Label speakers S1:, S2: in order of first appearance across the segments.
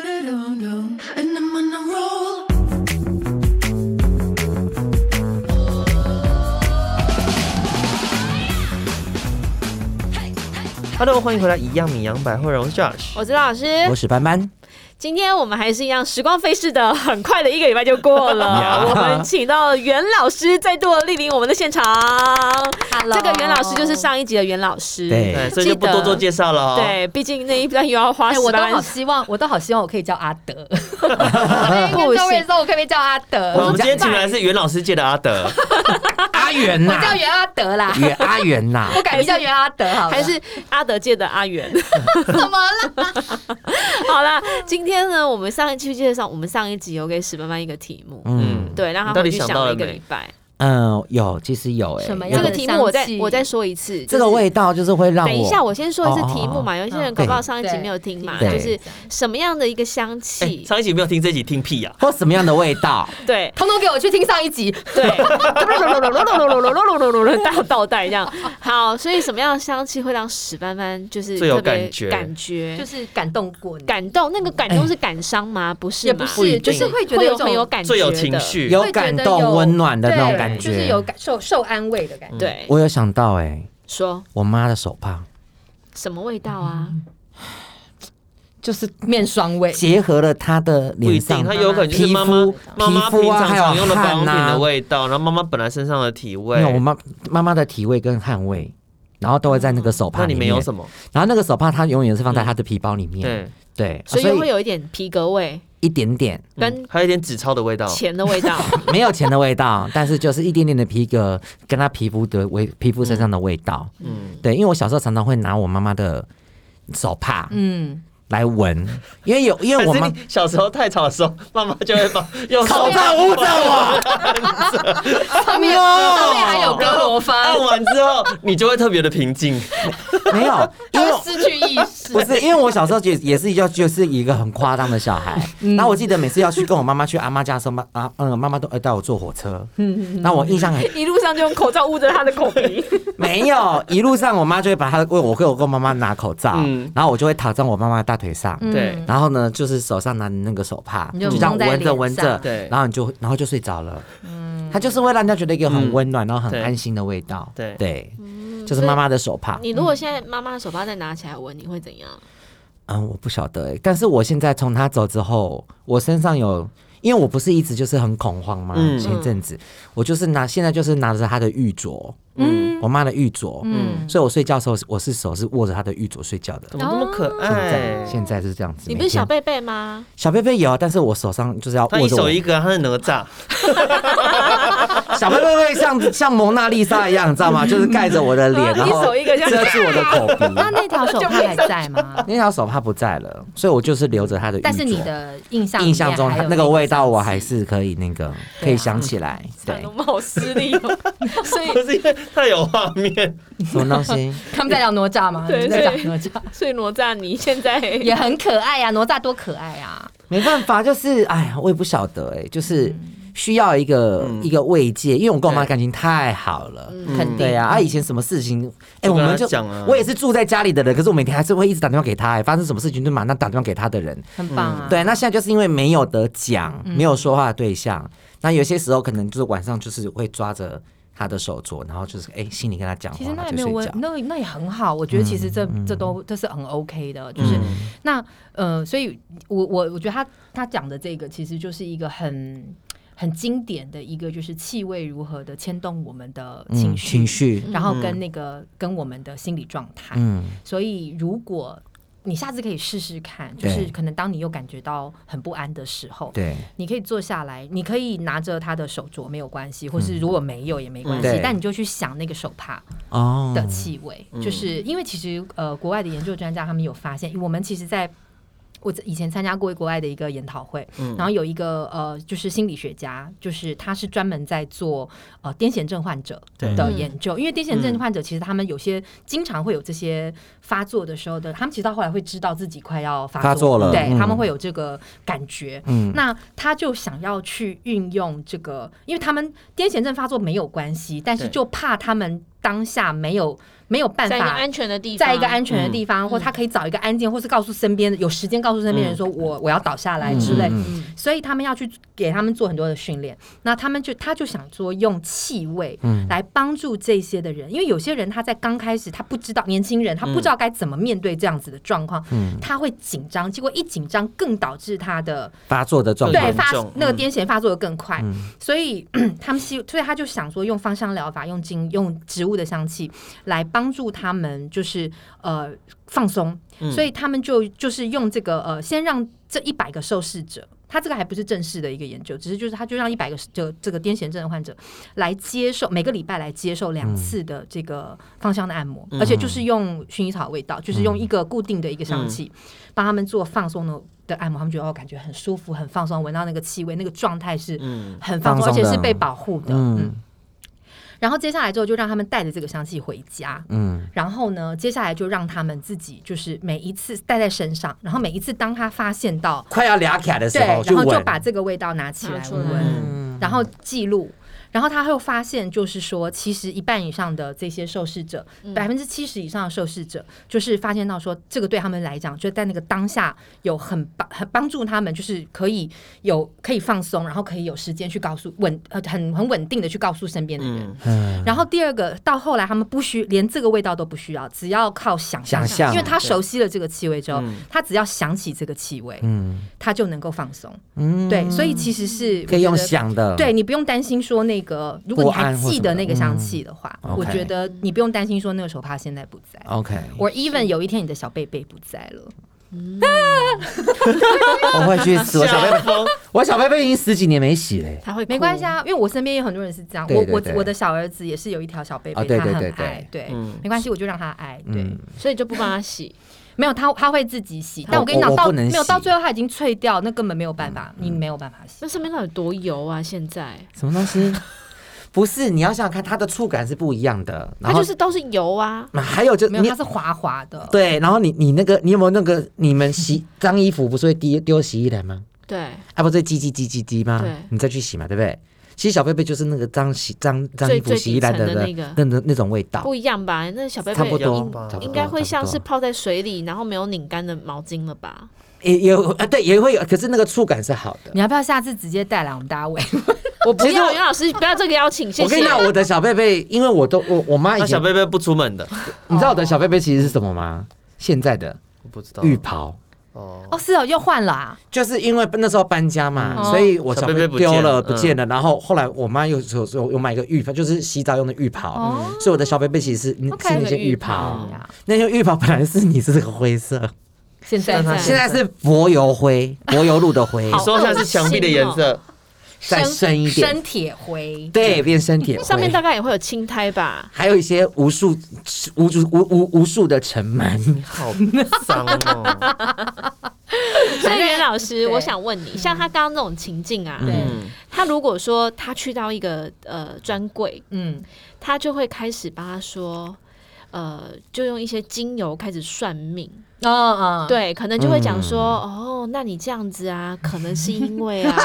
S1: And I'm on a roll.
S2: Hello，欢迎回来，一样米阳百货人，我是 Josh。
S3: 我知道老师，
S4: 我是班班，
S3: 今天我们还是一样，时光飞逝的，很快的一个礼拜就过 了。我们请到袁老师再度莅临我们的现场。
S5: Hello，
S3: 这个袁老师就是上一集的袁老师。
S4: 对
S2: 对，哎所以就不多做介绍了哦。，
S3: 对，毕竟那一段又要花
S5: 哎，
S3: 十
S5: 我都
S3: 八
S5: 好
S3: 万。
S5: 希望，我都好希望我可以叫阿德。我跟 Dory 说，我可不可以叫阿德？
S2: 我们今天请来是袁老师界的阿德，
S4: 阿元
S5: 我
S4: 呐、
S5: 叫袁阿德啦，
S4: 袁阿元 呐、
S5: 我改名叫袁阿德好了。
S3: 还是阿德界的阿 元。
S5: 怎么了？
S3: 好啦，今天呢，我们上一期介绍，我们上一集有给史班班一个题目，
S4: 嗯
S3: 对，让他
S2: 你到底
S3: 回去
S2: 想
S3: 想
S2: 到
S3: 了
S2: 了
S3: 一个
S2: 没
S3: 礼拜。
S4: 嗯，有，其实有哎、
S5: 什么
S4: 有
S3: 这
S5: 样
S3: 个
S5: 的
S3: 题目我再
S5: 香气
S3: 我再说一次，
S4: 这个
S3: 就是
S4: 味道就是会让我
S3: 等一下，我先说
S2: 哦
S3: 一次题目嘛。有一些人搞不好
S4: 对
S3: 上一集没有听嘛，
S4: 对
S3: 就是什么样的一个香
S2: 哎
S3: 气？
S2: 上一集没有听，这集听屁啊呀、
S4: 或什么样的味道，
S3: 对
S5: 通通给我去听上一集。
S3: 对， 大倒带这样。好，所以什么样的香气会让史班班就是
S2: 最有
S3: 特别
S2: 感觉
S3: 感觉
S5: 就是感动过你，
S3: 感动，那个感动是感伤吗？不是
S5: 也
S3: 嘛，
S5: 不
S4: 不一
S5: 是，
S4: 定
S5: 就是会觉得
S3: 有
S5: 有
S3: 很有
S5: 种
S3: 感觉，
S2: 最有情。绪。
S4: 有
S5: 会觉得
S4: 感
S5: 有
S4: 动、温暖的那种
S5: 对
S4: 感觉。
S5: 就是有感受受安慰的感觉。
S3: 对，
S4: 我有想到哎、
S3: 说
S4: 我妈的手帕
S3: 什么味道啊？
S5: 就是面霜味，
S4: 结合了她的
S2: 不一
S4: 脸
S2: 定，
S4: 上
S2: 它有可能就是
S4: 皮
S2: 妈妈
S4: 肤、
S2: 妈妈
S4: 皮
S2: 平
S4: 肤啊，
S2: 常
S4: 还有
S2: 常用的保养
S4: 汗
S2: 品
S4: 呐、
S2: 的味道，然后妈妈本来身上的体味
S4: 没有，。我妈妈妈的体味跟汗味，然后都会在那个手帕
S2: 那
S4: 里
S2: 里
S4: 面。
S2: 面有什么？
S4: 然后那个手帕它永远是放在她的皮包里面，
S2: 对，嗯
S4: 对，
S3: 所以
S4: 所
S3: 又会
S4: 以
S3: 有一点皮革味
S4: 一点点。
S3: 跟
S2: 还有一点纸钞的味道。
S3: 钱的味道。
S4: 没有钱的味道，但是就是一点点的皮革跟她皮肤的味，皮肤身上的味道。
S2: 嗯，
S4: 对，因为我小时候常常会拿我妈妈的手帕
S5: 嗯，
S4: 来闻，因为有因为
S2: 但
S4: 我
S2: 是
S4: 妈
S2: 你小时候太吵的时候，妈妈就 会把用手
S4: 帕捂着我，
S5: 上面上面还有
S2: 然
S5: 哥
S2: 后
S5: 罗芳
S2: 按，完之后，你就会特别的平静。
S4: 没有，因为
S5: 都失去意识。
S4: 不是因为我小时候也也是要就是一个很夸张的小孩，
S5: 嗯
S4: 然后我记得每次要去跟我妈妈去阿妈家的时候，妈啊嗯妈妈都呃带我坐火车，
S5: 嗯
S4: 那我印象很
S3: 一路上就用口罩捂着他的口鼻，
S4: 没有，一路上我妈就会把她为我给我跟我妈妈拿口罩
S2: 嗯，
S4: 然后我就会躺在我妈妈的大腿上，
S3: 嗯
S2: 对，
S4: 然后呢，就是手上拿那个手帕，
S5: 你
S4: 就
S5: 就
S4: 这样
S5: 蒙在
S4: 闻着
S5: 脸
S4: 闻着
S5: 上，
S2: 对
S4: 然后你就然后就睡着了。嗯，它就是会让人家觉得一个很温暖，然后
S2: 对
S4: 很安心的味道。
S2: 对
S4: 对，就是妈妈的手帕。
S3: 你如果现在妈妈的手帕再拿起来闻，你会怎样？
S4: 嗯，我不晓得欸，但是我现在从他走之后，我身上有。因为我不是一直就是很恐慌嘛，
S2: 嗯
S4: 前阵子我就是拿现在就是拿着她的玉镯，嗯，我妈的玉镯，嗯，所以我睡觉的时候我是手是握着她的玉镯睡觉的，
S2: 怎么那么可
S4: 现在
S2: 爱？
S4: 现在是这样子。
S3: 你不
S4: 每
S3: 是小
S4: 天
S3: 贝贝吗？
S4: 小贝贝有，啊但是我手上就是要
S2: 他
S4: 握
S2: 一
S4: 着
S2: 手
S4: 我
S2: 一个，啊他是哪吒。
S4: 小贝贝会像像蒙娜丽莎一样，你知道吗？就是盖着我的 脸，然后
S3: 哦一手一个这样
S4: 遮住我的口
S5: 那
S4: 鼻。
S5: 那条手帕还在吗？
S4: 那条手帕不在了，所以我就是留着它的玉镯。
S5: 但是你的印象
S4: 印象中
S5: 里面还有
S4: 那个味道，我还
S5: 香气
S4: 是可以那
S5: 啊
S4: 个可以想起来。
S5: 嗯
S4: 对，
S3: 我们好失礼 哦。所以
S2: 不是因为太有画面，
S4: 什么东 西？
S5: 他们在聊哪吒吗？
S3: 对
S5: 你们在
S3: 对
S5: 讲哪吒
S3: 所以哪吒你现在
S5: 也很可爱呀、哪吒多可爱啊！
S4: 没办法，就是哎呀，我也不晓得哎、就是
S5: 嗯
S4: 需要一个、一个慰藉，因为我跟我
S2: 嗯
S4: 妈
S2: 对嗯
S4: 感情太好了。
S5: 肯定
S4: 对呀、啊，以前什么事情，哎、
S2: 就
S4: 我
S2: 跟
S4: 们
S2: 她
S4: 就
S2: 讲啊
S4: 我也是住在家里的人，可是我每天还是会一直打电话给她、哎，发生什么事情就马上打电话给她的人。
S5: 很棒啊！嗯
S4: 对，那现在就是因为没有得讲，没有说话的对象，那有些时候可能就是晚上就是会抓着他的手镯，然后就是哎、心里跟他讲
S5: 其实
S4: 话，
S5: 那
S4: 他就
S5: 也没有
S4: 睡
S5: 问
S4: 觉，。嗯
S5: 那那也很好。我觉得其实这、这都这是很 OK 的，就是、那呃，所以我我我觉得他他讲的这个其实就是一个很很经典的一个，就是气味如何的牵动我们的情
S4: 嗯，
S5: 绪，
S4: 情绪，
S5: 然后跟那个、跟我们的心理状态。
S4: 嗯，
S5: 所以如果你下次可以试试看，就
S4: 对
S5: 是可能当你又感觉到很不安的时候，
S4: 对，
S5: 你可以坐下来，你可以拿着他的手镯没有关系，或是如果没有也没关
S4: 嗯
S5: 系，
S4: 对
S5: 但你就去想那个手帕
S4: 哦，
S5: 的气味，
S4: 嗯
S5: 就是因为其实呃，国外的研究专家他们有发现，我们其实在。我以前参加过国外的一个研讨会，
S4: 嗯
S5: 然后有一个呃，就是心理学家，就是他是专门在做呃癫痫症患者的研
S4: 嗯
S5: 究，因为癫痫症患者其实他们有些经常会有这些发作的时候的，他们其实到后来会知道自己快要发
S4: 发作了
S5: 对、
S4: 嗯
S5: 他们会有这个感觉，那他就想要去运用这个，因为他们癫痫症发作没有关系，但是
S2: 对
S5: 就怕他们当下没有没有办
S3: 在一个
S5: 法
S3: 安全的地方，
S5: 在一个安全的地方，或他可以找一个安静，或是告诉身边的有时间告诉身边人说我、我要倒下来之类，
S3: 嗯
S5: 所以他们要去给他们做很多的训练。那他们就他就想说用气味来帮助这些的人，因为有些人他在刚开始他不知道年轻人他不知道该怎么面对这样子的状况，他会紧张，结果一紧张更导致他的
S4: 发作的状
S2: 更
S5: 对
S2: 严，
S4: 况
S5: 发
S2: 重
S5: 那个
S2: 嗯
S5: 癫痫发作的更快，所以 他们希，所以他就想说用芳香疗法，用精用植物的香气来帮助他们，就是呃放松，所以他们就就是用这个呃，先让这一百个受试者。他这个还不是正式的一个研究，只是就是他就让一百个这这个癫痫症的患者来接受每个礼拜来接受两次的这个芳香的按摩，而且就是用薰衣草味道，就是用一个固定的一个香气，帮他们做放松的的按摩，他们觉得哦，感觉很舒服，很放松，闻到那个气味，那个状态是
S2: 嗯
S5: 很放松，
S4: 放
S5: 而
S4: 松
S5: 且
S4: 的
S5: 是被保护的。嗯
S4: 嗯
S5: 然后接下来之后就让他们带着这个香气回家，
S4: 嗯，
S5: 然后呢，接下来就让他们自己就是每一次带在身上，然后每一次当他发现到
S4: 快要俩卡的时
S5: 对，
S4: 候
S5: 然
S4: 就
S5: 后就
S4: 闻，
S5: 把这个味道拿起来
S3: 拿出来
S5: 闻，
S2: 嗯
S5: 然后记录。然后他会发现，就是说，其实一半以上的这些受试者，
S2: 嗯
S5: 百分之七十以上的受试者，就是发现到说，这个对他们来讲，就在那个当下有很帮很帮助他们，就是可以有可以放松，然后可以有时间去告诉稳呃很很稳定的去告诉身边的人。
S2: 嗯，
S4: 嗯
S5: 然后第二个，到后来他们不需连这个味道都不需要，只要靠想象，
S4: 想象
S5: 因为他熟悉了这个气味之后
S2: 嗯，
S5: 他只要想起这个气味，
S4: 嗯
S5: 他就能够放松。
S4: 嗯，
S5: 对，所以其实是
S4: 可以用
S5: 我觉得。
S4: 想的，
S5: 对你不用担心说那个，如果
S4: 嗯不
S5: 你还
S4: 安或
S5: 记
S4: 什
S5: 得
S4: 么的
S5: 那个香气的话，
S4: 嗯
S5: 我
S4: OK 哦
S5: 觉得你不用担心说那个手帕现在不在，
S4: ，OK，
S5: or even 有一天你的小贝贝不在了，
S4: 我会去死，我 小贝
S2: 下
S4: 贝，
S2: 风
S4: 我小贝贝已经十几年没洗嘞，
S3: 他会哭
S5: 没关系，啊，因为我身边也有很多人是这样，
S4: 对对
S5: 我
S4: 对
S5: 我我的小儿子也是有一条小贝
S4: 啊
S5: 贝，
S4: 对
S5: 他
S4: 对
S5: 很
S4: 对对
S5: 爱，对
S2: 嗯，
S5: 没关系，我就让他爱，对，
S4: 嗯
S3: 所以就不帮他洗。
S5: 没有，他他会自己洗，但我跟你
S4: 我
S5: 讲，
S4: 我
S5: 到
S4: 不能
S5: 没有
S4: 洗嗯
S5: 到最后他已经脆掉，那根本没有办法，你没有办法洗。
S3: 那上面到底多油啊？现在
S4: 什么东西？不是，你要想想看，它的触感是不一样的，
S3: 它
S4: 然后
S3: 就是都是油啊。
S4: 那还有就
S5: 没有，
S4: 你
S5: 它是滑滑的，
S4: 对，然后你你那个你有没有那个你们洗脏衣服不是会丢丢洗衣篮吗？
S3: 对，
S4: 啊，不是叽叽叽叽叽吗
S3: 对？
S4: 你再去洗嘛，对不对？其实小贝贝就是那个脏洗脏脏
S3: 最
S4: 衣服洗衣篮
S3: 最底层的
S4: 那
S3: 那个
S4: 那那那种味道，
S3: 不一样吧？那小贝
S4: 差
S3: 贝
S4: 不多
S2: 应
S4: 差不多
S3: 应该会像是
S4: 差不多
S3: 泡在水里，然后没有拧干的毛巾了吧？
S4: 也也有啊，对，也会有，可是那个触感是好的。
S5: 你要不要下次直接带来我们大 家闻？
S3: 我不
S4: 其实
S3: 要，
S4: 我
S3: 袁老师不要这个邀请，谢
S4: 我跟你
S3: 谢。
S4: 讲，我的小贝贝，因为我都我我妈以
S2: 那
S4: 前
S2: 小，贝贝不出门的，
S4: 你知道我的小贝贝其实是什么吗？现在的
S2: 我不知道
S4: 浴袍。
S2: 哦，
S5: 哦，是哦，又换了啊，
S4: 就是因为那时候搬家嘛，
S5: 嗯
S4: 所以我哦小
S2: 小
S4: 贝
S2: 贝
S4: 贝
S2: 贝
S4: 丢了嗯不
S2: 不
S4: 见
S2: 见
S4: 了，然后后来我妈又有有有买一个浴袍，就是洗澡用的浴袍，
S3: 哦
S4: 所以我的小贝贝其实是是
S5: OK，
S4: 那件浴
S5: 那
S4: 袍
S5: 个浴袍，
S4: 那件浴袍本来是你是这个灰色，
S5: 现在
S2: 现在
S5: 在
S4: 现在是柏油灰，柏油路的灰，
S2: 你说像是墙壁的颜色，
S4: 再深一点
S5: 深铁灰。
S4: 对，变身铁
S3: 上面
S4: 灰
S3: 大。概也会有青苔吧？
S4: 还有一些无数、无无无无数的尘 螨，
S2: 好脏 哦，
S3: 所以袁老师，
S5: 对
S3: 我想问你，像他刚刚那种情境啊，
S5: 对
S2: 嗯，
S3: 他如果说他去到一个呃专柜，
S5: 嗯，
S3: 他就会开始帮他说。呃，就用一些精油开始算命，
S5: 哦哦，
S3: 对，可能就会讲说，哦，那你这样子啊，可能是因为啊，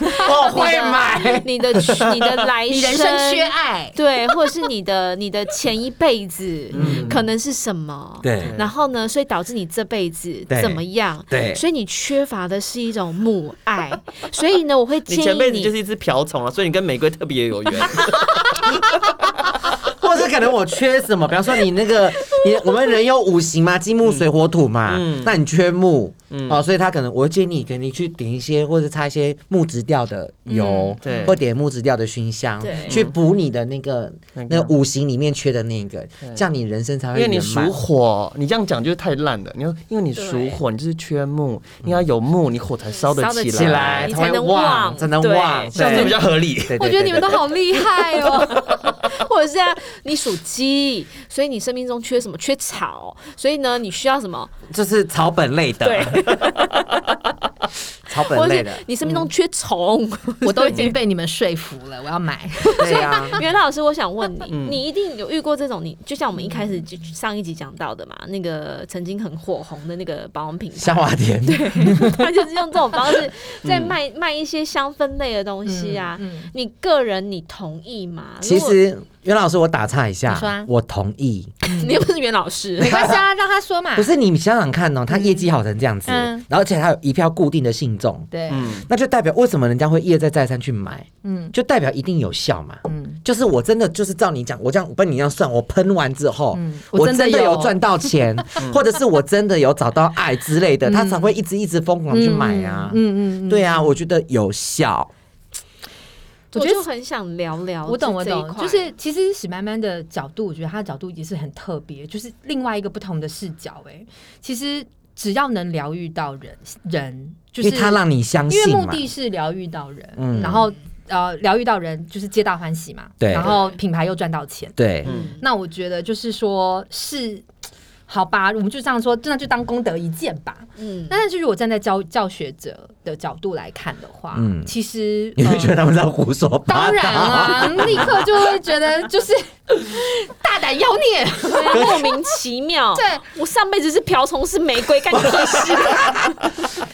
S4: 我会买。
S3: 你的你的来
S5: 你人生缺 爱，
S3: 对，或者是你的你的前一辈子可能是什么？。
S4: 对
S3: 然后呢，所以导致你这辈子
S4: 对
S3: 怎么样？
S4: 对
S3: 所以你缺乏的是一种母爱。所以呢，我会
S2: 你
S3: 建
S2: 前辈
S3: 议
S2: 子就是一只瓢虫啊了，所以你跟玫瑰特别有缘，
S4: 或者可能我缺什么，比方说你那个，你我们人有五行嘛，金木水火土嘛，
S2: 嗯
S4: 那你缺木，
S5: 嗯
S4: 哦，所以他可能我会建议你，可能你去点一些或者擦一些木质调的
S5: 嗯
S4: 油，
S2: 对
S4: 或点木质调的熏香，
S3: 对
S4: 去补你的那个
S2: 那个
S4: 那个五行里面缺的那个，这样你人生才
S2: 因
S4: 会
S2: 为你
S4: 圆满
S2: 属。火，你这样讲就是太烂了。你要因为你属火，你就是缺木，你要有木，你火才烧得
S3: 烧得
S2: 起
S3: 起
S2: 来。
S3: 你
S4: 才
S3: 才
S4: 会
S3: 能
S4: 旺，
S3: 旺
S4: 才能
S3: 对
S4: 旺，
S2: 这样子
S4: 对
S2: 比较合理。
S4: 对对
S5: 我觉得你们都好厉害哦。
S3: 或者是啊，你属鸡，所以你生命中缺什么？缺草，所以呢，你需要什么？
S4: 就是草本类的，
S3: 对，
S4: 草
S3: 或
S4: 本
S3: 者
S4: 类
S3: 是
S4: 的，
S3: 你生命中缺虫。
S5: 我都已经被你们说服了，我 要买。
S4: 对
S5: 啊
S4: 呀。
S3: 袁老师，我想问你，
S5: 嗯
S3: 你一定有遇过这种，你就像我们一开始就上一集讲到的嘛，那个曾经很火红的那个保养品牌，
S4: 香花田，
S3: 他就是用这种方 式在卖、卖一些香氛类的东西啊。
S5: 嗯
S3: 你个人你同意吗？
S4: 其
S3: 如果
S4: 实袁老师，我打岔一下，
S5: 你说啊
S4: 我同意。
S3: 你又不是袁老师，
S5: 没关系啊，让他说嘛。
S4: 不是你想想看哦，他业绩好成这样子，
S5: 嗯
S4: 然后而且他有一票固定的信众，
S5: 对，
S2: 嗯，
S4: 那就代表为什么人家会一而再再三去买，
S5: 嗯
S4: 就代表一定有效嘛。
S5: 嗯
S4: 就是我真的就是照你讲，我这样被你这样算，我喷完之后，
S5: 嗯
S4: 我
S5: 我
S4: 真
S5: 真
S4: 的
S5: 的
S4: 有
S5: 有
S4: 赚到 钱，或者是我真的有找到爱之类的，他才会一直一直疯狂去买啊。
S5: 嗯嗯嗯，
S4: 对啊，我觉得有效。
S3: 我
S5: 我觉得
S3: 就很想聊聊这。
S5: 我懂我
S3: 这一
S5: 懂，
S3: 块
S5: 就是其实史曼曼的角度，我觉得他的角度也是很特别，就是另外一个不同的视角、欸。哎，其实只要能疗愈到人，人就是
S4: 因为他让你相
S5: 因为
S4: 信
S5: 目
S4: 嘛。
S5: 的是疗愈到人，
S4: 嗯
S5: 然后呃，疗愈到人就是皆大欢喜嘛，
S4: 对
S5: 然后品牌又赚到钱。
S4: 对，
S2: 嗯
S5: 那我觉得就是说是。好吧，我们就这样说，那就当功德一件吧。
S3: 嗯，
S5: 但是如果站在教教学者的角度来看的话，
S4: 嗯
S5: 其实
S4: 你会
S5: 呃
S4: 觉得他们在胡说八
S5: 当然
S4: 道。
S5: 啊，立刻就会觉得就是 大胆妖孽。
S3: 对莫名其 妙。
S5: 对
S3: 我上辈子是瓢虫，是玫瑰，干你屁事！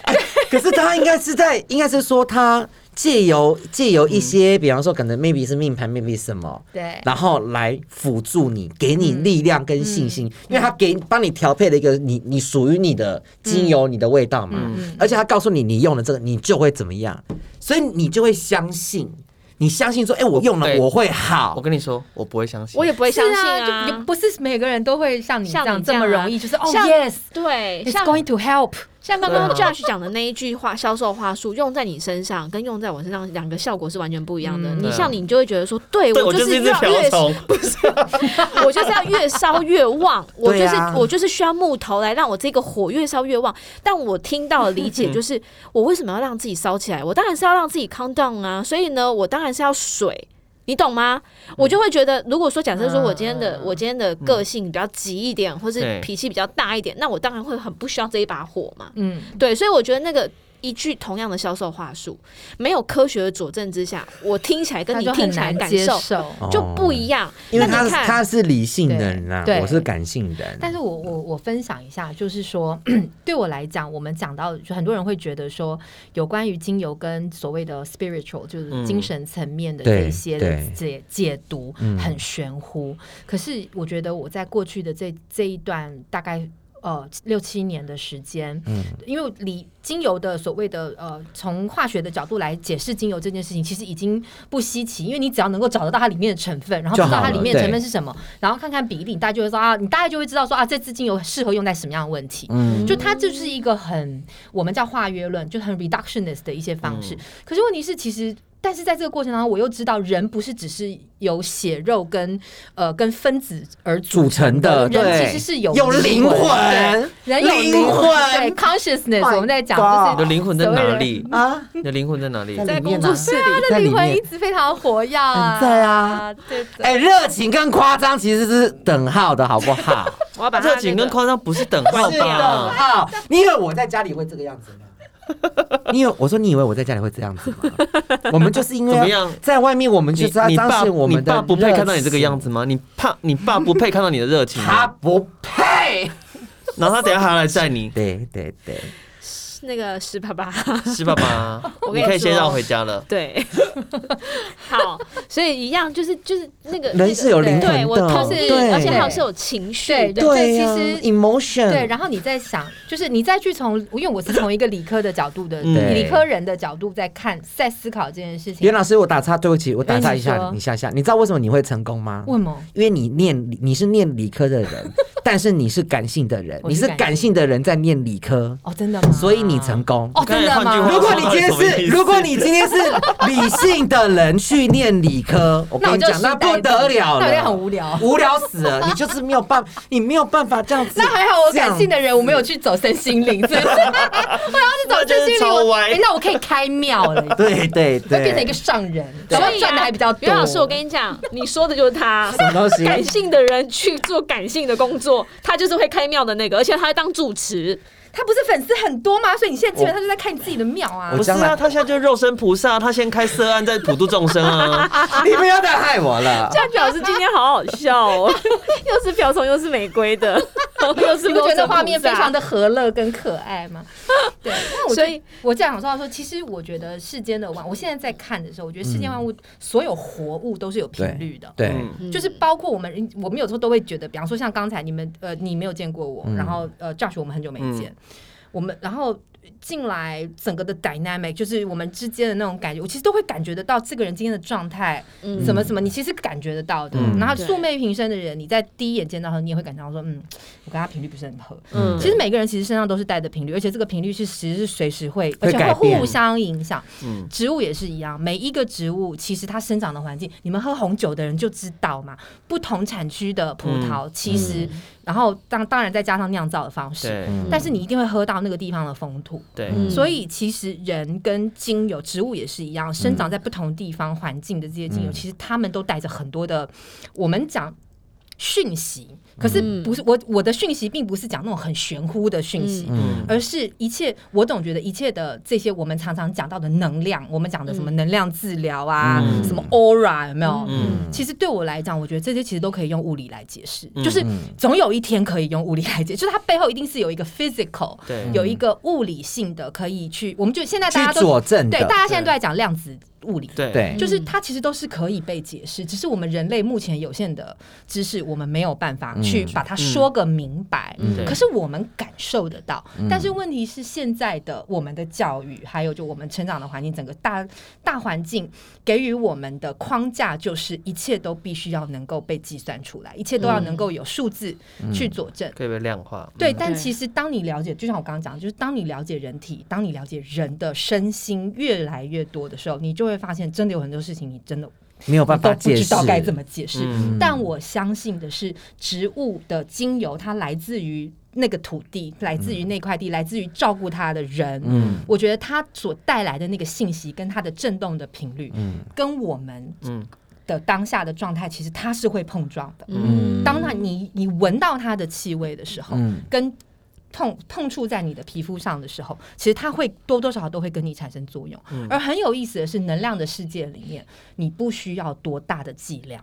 S4: 可是他应该是在， 应该是说他借由借由一些，比方说可能 maybe 是命盘，maybe 什么，
S5: 嗯对嗯
S4: 然后来辅助你，给你力量跟信心，因为他给帮你调配了一个你你属于你的精
S5: 嗯
S4: 油、你的味道嘛，而且他告诉你你用了这个你就会怎么样，所以你就会相信，你相信说，哎、我用了
S2: 对
S4: 我会好，
S2: 我跟你说，我不会相信。
S3: 我也不会相信
S5: 就也
S3: 啊。
S5: 不是每个人都会像你这
S3: 像你
S5: 样
S3: 这
S5: 这
S3: 样
S5: 么
S3: 啊
S5: 容易，就是哦
S3: 像
S5: yes。
S3: 对，
S5: It's
S3: 像
S5: going to help，
S3: 像刚刚
S4: 对啊
S3: Josh 讲的那一句话，销售话术用在你身上跟用在我身上两个效果是完全不一样的。
S5: 嗯
S3: 你像你，你就会觉得说，对
S2: 对，我
S3: 就
S2: 就是是一只
S3: 要
S2: 瓢
S3: 越
S2: 虫，
S3: 我就是要越烧越旺，我就
S4: 对
S3: 是
S4: 啊
S3: 我就是需要木头来让我这个火越烧越旺。但我听到的理
S4: 嗯
S3: 解就是，我为什么要让自己烧起来？我当然是要让自己 calm down 啊，所以呢，我当然是要水。你懂吗？
S4: 嗯
S3: 我就会觉得，如果说假设说我今天
S4: 啊
S3: 的、我今天的个性比较急一点，或是
S4: 嗯
S2: 对
S3: 脾气比较大一点，那我当然会很不需要这一把火嘛。
S5: 嗯，
S3: 对，所以我觉得那个一句同样的销售话术，没有科学的佐证之下，我听起来跟
S5: 那
S3: 你
S5: 就
S3: 听
S5: 很
S3: 起来
S5: 难
S3: 感
S5: 接
S3: 受
S5: 受。
S3: 就不一样。
S4: 哦因为
S3: 那
S4: 他
S3: 你
S4: 是
S3: 看
S4: 他是理性的人啊，
S5: 对对
S4: 我是感性人，
S5: 但是我我我分享一下，就是说， 对我来讲，我们讲到就很多人会觉得说，有关于精油跟所谓的 spiritual，就是精神层面的
S4: 对
S5: 这一些的
S4: 对嗯
S5: 解解读很玄乎。可是我觉得我在过去的这这一段大概。呃，六七年的时间，
S4: 嗯
S5: 因为理精油的所谓的呃，从化学的角度来解释精油这件事情，其实已经不稀奇，因为你只要能够找得到它里面的成分，然后知
S4: 就
S5: 道
S4: 好
S5: 它里
S4: 了
S5: 面的成
S4: 对
S5: 分是什么，然后看看比例，你大家就会说啊，你大概就会知道说啊，这支精油适合用在什么样的问题。
S4: 嗯
S5: 就它就是一个很我们叫化约论，就很 reductionist 的一些方
S4: 嗯
S5: 式。可是问题是，其实。但是在这个过程当中，我又知道人不是只是由血肉跟呃跟分子而组
S4: 组成的
S5: 人
S4: 对
S5: 其实是有
S4: 有灵
S5: 魂，
S4: 魂
S5: 对人有
S4: 灵魂
S5: 对 consciousness，
S4: My
S5: 我们在讲
S4: God
S5: 就是
S2: 你的灵魂在
S5: 所谓的
S2: 哪里？
S4: 啊，
S2: 你的灵魂在哪里？
S4: 在
S3: 在
S4: 里面
S3: 工
S4: 啊
S3: 作室里，
S5: 他
S4: 在
S5: 的
S4: 里
S5: 灵魂
S4: 面
S5: 一直非常活跃啊，
S4: 很在啊，
S5: 对的。
S4: 哎、热情跟夸张其实是等号的好不好？
S3: 我要把它
S2: 热情
S3: 那
S2: 跟
S3: 个
S2: 夸张不是等号
S4: 是的
S2: 吧？
S4: 号。你以为我在家里会这个样子吗？ 你以为我说你以为我在家里会这样 子吗？我们就是因为
S2: 怎
S4: 啊
S2: 么样
S4: 在外面我们就是要
S2: 你
S4: 彰
S2: 爸
S4: 显我
S2: 你
S4: 们的
S2: 爸不配看到你这个样
S4: 子，
S2: 子吗？你怕你爸不配看到你的热情吗，
S4: 他不配。，
S2: 然后他等一下还要来载你
S4: 对对对，
S3: 那个石爸爸。
S2: 是爸爸
S3: 我，跟
S2: 你
S3: 你
S2: 可以先
S3: 说
S2: 绕回家了。
S3: 对，好，所以一样就是就是那个
S4: 人是有灵
S3: 对
S4: 魂
S3: 我
S4: 的，
S3: 同时
S4: 对，
S3: 而且还有是有情绪的，
S4: 对啊
S5: 对其实
S4: emotion
S5: 对，然后你再想，就是你再去从，因为我是从一个理科的角度的，
S2: 嗯
S5: 理科人的角度在看，在思考这件事情
S4: 袁。老师，我打岔，对不起，我打岔一
S5: 哎你
S4: 下
S5: 说
S4: 你下下，你知道为什么你会成功吗？
S5: 为什么？
S4: 因为你念你是念理科的 人，但是你是感性的人，
S5: 我
S4: 你
S5: 是
S4: 是
S5: 感
S4: 感
S5: 性
S4: 性的人在念理科，
S5: 哦，真的吗？
S4: 所以你成功。
S5: 哦真的
S2: 刚
S5: 吗
S2: 才换句话
S4: 如果你
S2: 说
S4: 今天
S2: 到底什么
S4: 是，
S2: 意思
S4: 如果你今天是理性的人去念理 科，我跟
S5: 那我
S4: 你
S5: 就
S4: 讲，那
S5: 时代
S4: 不得了
S5: 那我
S4: 了，
S5: 也很无聊。
S4: 无聊死了，你就是没有办，你没有办法这样子。
S5: 那还好，我
S4: 这样
S5: 感性的人，我没有去走身心灵，是不是？ 我要是走身
S2: 我觉
S5: 心灵，
S2: 得超
S5: 我
S2: 歪
S5: 哎，那我可以开庙了，
S4: 对对
S5: 会变成一
S4: 对
S5: 个，上人，
S3: 所
S5: 然
S3: 以
S5: 后
S3: 啊
S5: 赚的还比较多。
S3: 袁老师，我跟你讲，你说的就是他。
S4: 什么东西？
S3: 感性的人去做感性的工作，他就是会开庙的那个，而且他会当主持。
S5: 他不是粉丝很多吗？所以你现在基本上就在看你自己的庙啊
S4: 我
S2: 不。是
S4: 将来
S2: 啊，他现在就是肉身菩萨，他先开色案，再普度众生啊。
S4: 你不要再害我了。
S3: 但表示今天好好笑 哦，又是瓢虫又是玫瑰的，又是
S5: 你不觉
S3: 洛
S5: 得
S3: 神
S5: 画面
S3: 菩
S5: 非
S3: 萨
S5: 常的和乐跟可爱 吗？对，那我
S3: 所
S5: 所
S3: 以
S5: 以我这样想说说，其实我觉得世间的万，我现在在看的时候，我觉得世间万物、所有活物都是有频率的。
S4: 对，
S2: 嗯，
S5: 就是包括我们，我们有时候都会觉得，比方说像刚才你们，呃，你没有见过我，然后呃，Josh 我们很久没见，我们然后进来整个的 dynamic 就是我们之间的那种感觉，我其实都会感觉得到这个人今天的状态，
S3: 嗯
S5: 怎么怎么，你其实感觉得到的。然后素昧平生的人，你在第一眼见到他，你也会感觉到说，嗯，我跟他频率不是很合。
S3: 嗯
S5: 其实每个人其实身上都是带的频率，而且这个频率是其实是随时会，
S4: 会
S5: 而且
S4: 改
S5: 会
S4: 变
S5: 互相影响。植物也是一样，每一个植物其实它生长的环境，你们喝红酒的人就知道嘛。不同产区的葡萄，其实然后当当然再加上酿造的方式，
S2: 对
S4: 嗯
S5: 但是你一定会喝到那个地方的风土。
S2: 对，
S4: 嗯
S5: 所以其实人跟精油、植物也是一样，生长在不同地方环境的这些精油，
S4: 嗯
S5: 其实他们都带着很多的我们讲讯息，可
S4: 嗯
S5: 是不是我我的讯息并不是讲那种很玄乎的讯息。
S4: 嗯，
S5: 而是一切，我总觉得一切的这些我们常常讲到的能量，我们讲的什
S4: 嗯
S5: 么能量治疗啊，
S2: 嗯
S5: 什么 aura 有没有？
S2: 嗯
S5: 其实对我来讲，我觉得这些其实都可以用物理来解释，
S2: 嗯
S5: 就是
S4: 嗯
S5: 总有一天可以用物理来解，就是它背后一定是有一个 physical，
S2: 对
S5: 有一个物理性的可以去，我们就现在大家
S4: 嗯去
S5: 都
S4: 佐证的
S5: 对，大家现在都在讲量子物理，
S2: 对
S4: 对，
S5: 就是它其实都是可以被解释，只是我们人类目前有限的知识，我们没有办法去
S4: 嗯
S5: 把它说个明白。
S2: 嗯
S5: 可是我们感受得到，
S4: 嗯
S5: 但是问题是现在的我们的教育，还有就我们成长的环境，整个大大环境给予我们的框架，就是一切都必须要能够被计算出来，一切
S4: 嗯
S5: 都要能够有数字去佐证。
S2: 可以被量化。
S5: 对，
S2: 嗯
S5: 但
S3: 对
S5: 其实当你了解，就像我刚刚讲的，就是当你了解人体，当你了解人的身心越来越多的时候，你就会发现，真的有很多事情你真的
S4: 没有办法
S5: 你都不
S4: 解释
S5: 知道，该怎么解释。
S2: 嗯
S5: 但我相信的是，植物的精油它来自于那个土地，来自于那块地，来自于照顾它的人。
S4: 嗯
S5: 我觉得它所带来的那个信息跟它的震动的频率，
S4: 嗯
S5: 跟我们
S2: 嗯
S5: 的当下的状态，其实它是会碰撞的。
S4: 嗯
S5: 当它你你闻到它的气味的时候，
S4: 嗯
S5: 跟碰碰触在你的皮肤上的时候，其实它会多多少少都会跟你产生作用。而很有意思的是，能量的世界里面，你不需要多大的剂量。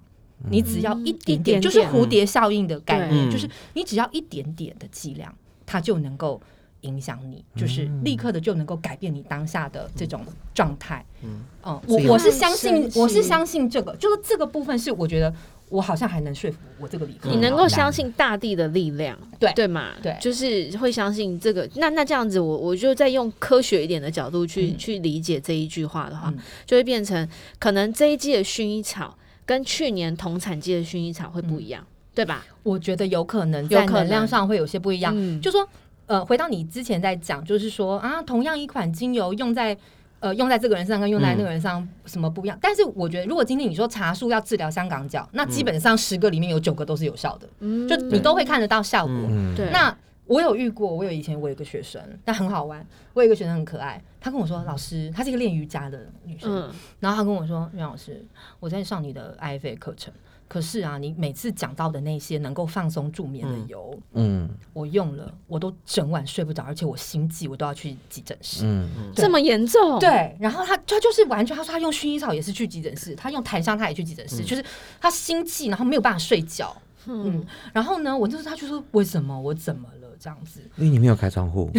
S5: 你只要
S3: 一
S5: 一点
S3: 点点
S5: 点，就是蝴蝶效应的概
S2: 嗯
S5: 念，就是你只要一点点的剂量，它就能够影响你，就是立刻的就能够改变你当下的这种状态。嗯，我我是相信
S3: 神，奇
S5: 我是相信这个，就是这个部分是我觉得我好像还能说服我这个理科脑
S4: 嗯
S3: 你
S5: 男，
S3: 能够相信大地的力量，
S5: 对
S3: 对嘛？
S5: 对
S3: 就是会相信这个。那那这样子我，我就再用科学一点的角度去、
S5: 嗯
S3: 去理解这一句话的话，
S5: 嗯
S3: 就会变成可能这一季的薰衣草跟去年同产季的薰衣草会不
S5: 嗯
S3: 一样，对吧？
S5: 我觉得有可能
S3: 有
S5: 在
S3: 可能
S5: 能量上会有些不一样。
S3: 嗯
S5: 就说呃，回到你之前在讲，就是说啊，同样一款精油用在。呃，用在这个人身上跟用在那个人身上什么不一样？但是我觉得，如果今天你说茶树要治疗香港脚，那基本上十个里面有九个都是有效的，
S3: 嗯，
S5: 就你都会看得到效果。
S4: 嗯
S3: 对。
S5: 那我有遇过，我有以前我有一个学生，那很好玩。我有一个学生很可爱，她跟我说，老师，她是一个练瑜伽的女生，
S3: 嗯，
S5: 然后他跟我说：“袁老师，我在上你的 IFA 课程，可是啊，你每次讲到的那些能够放松助眠的油，
S4: 嗯
S5: 我用了，我都整晚睡不着，而且我心悸，我都要去急诊室。
S4: 嗯
S3: 这么严重？，
S5: 对，然后他他就是完全，他说他用薰衣草也是去急诊室，他用檀香他也去急诊
S4: 嗯
S5: 室，就是他心悸，然后没有办法睡觉。嗯，然后呢，我就是他就说为什么我怎么了这样子，
S4: 因为你没有开窗 户，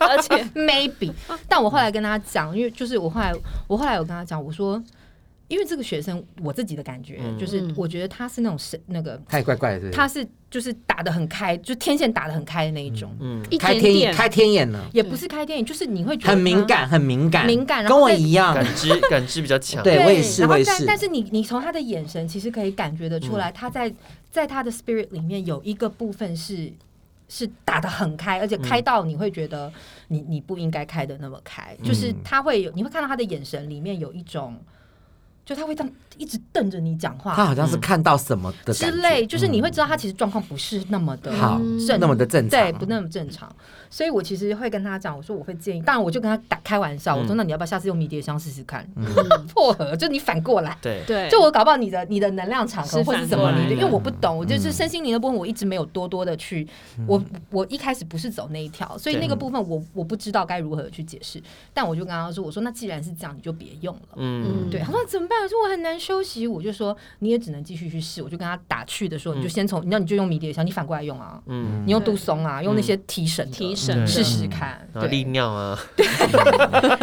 S3: 而且
S5: maybe，但我后来跟他讲，因为就是我后来我后来有跟他讲，我说，因为这个学生我自己的感觉、就是
S3: 嗯，
S5: 我觉得他是那种神那个，
S4: 太怪怪的，对不对
S5: 他是就是打的很开，就天线打的很开的那一种，
S2: 嗯
S3: 一
S4: 开
S3: 点
S4: 天眼，
S3: 点，
S4: 开天眼了，
S5: 也不是开电影，就是你会觉得
S4: 很
S5: 他
S4: 敏。感，很敏感，
S5: 嗯敏感然后
S4: 跟我
S5: 再
S4: 一样，
S2: 感知感知比较强。
S4: 对
S5: 对，
S4: 我也是
S5: 然后
S4: 我也
S5: 但
S4: 是嗯
S5: 但是你你从他的眼神其实可以感觉得出来，他在在他的 spirit 里面有一个部分是是打得很开，而且
S4: 嗯
S5: 开到你会觉得你
S4: 嗯
S5: 你不应该开的那么开，就是他会有你会看到他的眼神里面有一种就他会这样一直瞪着你讲话
S4: 他好像是看到什么的
S5: 之
S4: 感觉嗯
S5: 类，就是你会知道他其实状况不是那么的
S4: 好
S3: 嗯
S5: 正，
S4: 那么的正常
S5: 嗯对，不那么正常。所以我其实会跟他讲，我说我会建议，当然我就跟他打开玩笑，我
S4: 嗯
S5: 说那你要不要下次用迷迭香试试看？ 破盒，就你反过来。
S2: 对，
S3: 对，
S5: 就我搞不好你的你的能量场合
S3: 是
S5: 或是
S3: 反
S5: 怎么
S3: 过
S5: 你
S3: 来
S5: 的，
S3: 的
S5: 因为我不懂，我
S4: 嗯
S5: 就是身心灵的部分，我一直没有多多的去，我我一开始不是走那一条，所以
S2: 对
S5: 那个部分我我不知道该如何去解释，但我就跟他说，我说那既然是这样，你就别用了。
S2: 嗯，
S5: 对，他说怎么办？我说我很难休息，我就说你也只能继续去试。我就跟他打趣的说，你就
S4: 嗯
S5: 先从，那你就用迷迭香，你反过来用啊，
S2: 嗯
S5: 你用杜松啊，用那些提神的
S3: 提神的
S5: 试试看，
S2: 然后利
S5: 对，
S2: 尿啊，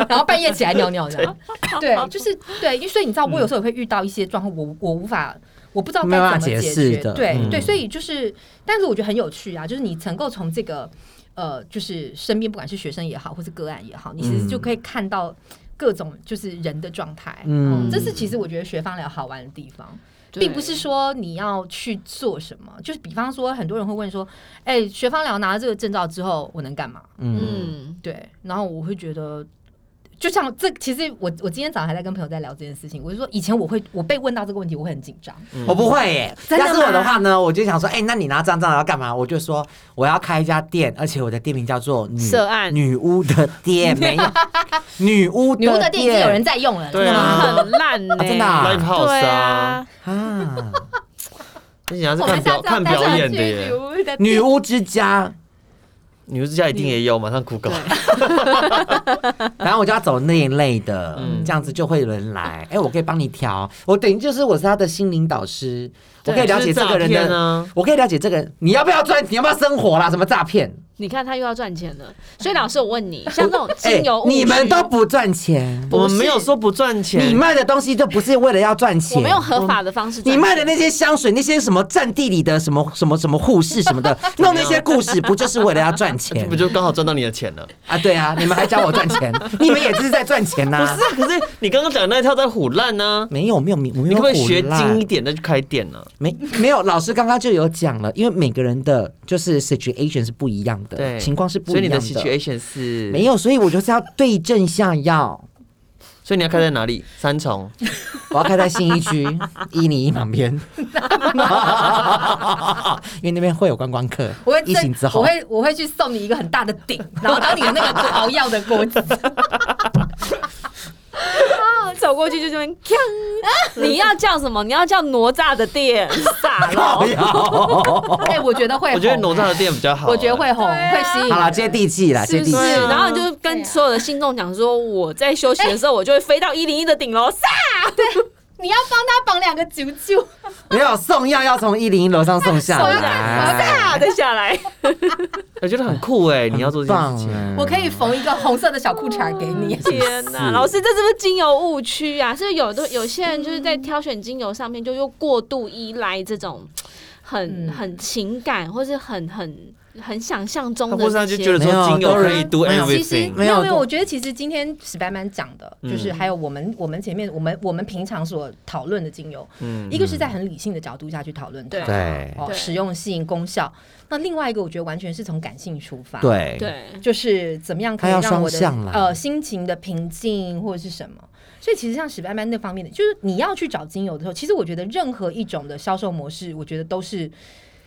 S5: 然后半夜起来尿尿这样，对，就是对，因为所以你知道，我有时候也会遇到一些状况，我我无法。我不知道该
S4: 没办法
S5: 怎么
S4: 解
S5: 决
S4: 释的
S5: 对、
S4: 嗯
S5: 对，所以就是，但是我觉得很有趣啊，就是你能够从这个呃，就是身边不管是学生也好，或是个案也好，你其实就可以看到各种就是人的状态，
S4: 嗯
S5: 嗯，这是其实我觉得学芳疗好玩的地方，
S3: 对
S5: 并不是说你要去做什么，就是比方说很多人会问说，哎、学芳疗拿了这个证照之后，我能干嘛？
S3: 嗯，
S5: 对，然后我会觉得。就像这，其实我我今天早上还在跟朋友在聊这件事情。我就说，以前我会我被问到这个问题，我会很紧张。
S2: 嗯
S4: 我不会耶。
S5: 嗯真的
S4: 要
S5: 吗
S4: 是我的话呢，我就想说，哎、那你拿这样这样要干嘛？我就说我要开一家店，而且我的店名叫做女
S3: 涉案
S4: 女巫的 店，没有女巫
S5: 女巫的
S4: 的
S5: 店已经有人在用了，
S2: 对啊
S3: 嗯很烂呢，
S4: 啊真的啊
S2: Live house
S3: 对啊，
S4: 啊，
S2: 你想要是
S5: 我
S2: 看
S5: 们
S2: 表
S5: 下次要
S2: 看
S5: 带
S2: 表
S5: 上
S2: 演的
S5: 去女
S2: 耶，
S5: 巫的店
S4: 女巫之家。
S2: 女巫之家一定也有，马上 Google，
S4: 然后我就要走那一类的，
S2: 嗯
S4: 这样子就会有人来。哎、我可以帮你调，我等于就是我是他的心灵导师，我可以了解这个人
S2: 就是诈骗
S4: 的，
S2: 啊
S4: 我可以了解这个人，你要不要赚，你要不要生活啦？什么诈骗？
S3: 你看他又要赚钱了，所以老师我问 你，像那种
S4: 哎
S3: 精油，
S4: 你们都不赚钱，
S2: 我们没有说不赚
S4: 你
S2: 钱，
S4: 卖的东西就不是为了要赚钱，
S3: 我没有合法的方式赚钱，
S4: 你卖 的那些香水，那些什么占地里的什么什么什么护士什 么的，弄那些故事，不就是为了要赚
S2: 这
S4: 钱
S2: 不就刚好赚到你的钱了？
S4: 啊？对啊，你们还教我 赚钱，你们也只是在赚钱呐、
S2: 不是，啊可是你刚刚讲的那一套在唬烂呢，
S4: 没有没有没有，我没
S2: 你
S4: 有
S2: 可不可以
S4: 胡
S2: 学
S4: 乱
S2: 精一点再去开店呢？
S4: 没没有，老师刚刚就有讲了，因为每个人的就是 situation 是不一样的，
S2: 对，
S4: 情况是不
S2: 所以
S4: 一
S2: 你
S4: 样
S2: 的
S4: 的。
S2: situation 是
S4: 没，有，所以我就是要对症下药。
S2: 所以你要开在哪里？三重，
S4: 我要开在信义区一零一旁边， 因为那边会有观光客。
S5: 我会
S4: 疫情之
S5: 赠
S4: 后
S5: 我，会我会去送你一个很大的鼎，然后当你的那个熬药的锅子。
S3: 走过去就 这边，锵啊你要叫什么？你要叫哪吒的店，傻 了。
S4: 哎呦
S5: 哎、我觉得会，
S2: 哦 我觉得哪吒的，店比较好，
S5: 我觉得会红，会吸引
S4: 好啦，
S5: 人。
S4: 接地气啦，接
S3: 是不
S4: 地
S3: 是？
S4: 气。
S2: 啊
S3: 然后你就跟所有的信众讲说，我在休息的时候，我就会飞到一零一的顶楼，撒
S5: 你要帮他绑两个九九，
S2: 嗯
S4: 没有送药要从一零一楼上送下
S3: 哎
S4: 来，
S3: 撒的下来。
S2: 我觉得很酷哎，你要做这件
S4: 棒
S2: 事情。
S4: 哎！
S5: 我可以缝一个红色的小裤衩给
S2: 嗯
S5: 你。
S3: 天哪，老师，这是不是精油误区啊？是有的，有些人就是在挑选精油上面就又过度依赖这种很
S5: 嗯
S3: 很情感，或是很很很想象中
S2: 他
S3: 的
S2: 不
S3: 这
S2: 是
S3: 些。
S2: 他就觉得
S4: 没有
S2: 说精油可以 do
S4: 没有
S5: 其实
S2: everything，
S4: 没
S5: 啊没
S4: 有
S5: 有没有，我觉得其实今天史白曼讲的，
S2: 嗯
S5: 就是还有我们我们前面我们我们平常所讨论的精油，
S2: 嗯
S5: 一个是在很理性的角度下去讨论它，
S3: 对
S4: 对
S5: 哦，
S3: 对
S5: 实用性、功效。那另外一个，我觉得完全是从感性出发，，
S4: 对，
S3: 对，
S5: 就是怎么样可以
S4: 它要
S5: 让我
S4: 双向
S5: 的
S4: 啦
S5: 呃心情的平静或者是什么。所以其实像史班班那方面的，就是你要去找精油的时候，其实我觉得任何一种的销售模式，我觉得都是。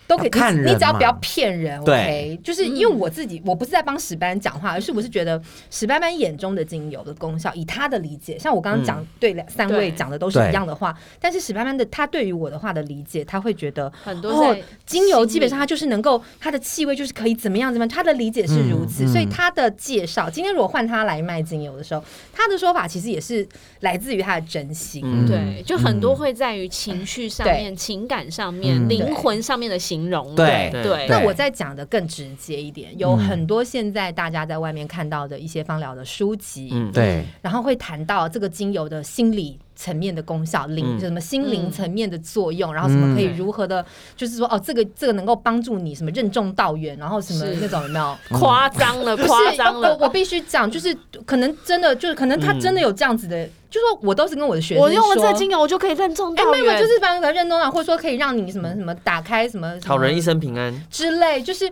S5: 都可以，
S4: 要看
S5: 你
S4: 人
S5: 你只要
S4: 嘛
S5: 不要骗人
S4: 对
S5: ，OK？就是因为我自己，我不是在帮史班讲话，而是我是觉得史班班眼中的精油的功效，以他的理解，像我刚刚
S4: 嗯
S5: 讲对两三位
S3: 对
S5: 讲的都是一样的话，但是史班班的他对于我的话的理解，他会觉得
S3: 很多
S5: 哦
S3: 在，
S5: 精油基本
S3: 心里
S5: 上它就是能够它的气味就是可以怎么样怎么样，他的理解是如此，
S4: 嗯嗯
S5: 所以他的介绍，今天如果换他来卖精油的时候，他的说法其实也是来自于他的真心。
S2: 嗯
S3: 对，就很多会在于情绪上面、情感上面、
S4: 嗯
S3: 灵魂上面的形容。
S4: 对
S2: 对
S3: 对，
S5: 那我再讲的更直接一点，
S2: 嗯
S5: 有很多现在大家在外面看到的一些芳疗的书籍，
S2: 嗯
S4: 对，
S5: 然后会谈到这个精油的心理层面的功效，灵、
S2: 嗯
S5: 什么心灵层面的作用，然后什么可以如何的，就是说哦，这个这个能够帮助你什么任重道远，然后什么
S3: 是
S5: 那种有没有？
S3: 夸张了，
S5: 不
S3: 夸
S5: 是，
S3: 张
S5: 我
S3: 了。
S5: 我必须讲，就是可能真的，就是可能他真的有这样子的，就是说我都是跟我的学
S3: 嗯
S5: 生
S3: 我用了
S5: 说
S3: 这精油，我就可以任重
S5: 哎，
S3: 道
S5: 没有，没
S3: 远。
S5: 有就是反正认东啊，或者说可以让你什么什么打开什么
S2: 好人一
S5: 什么
S2: 生平安，
S5: 之类，就是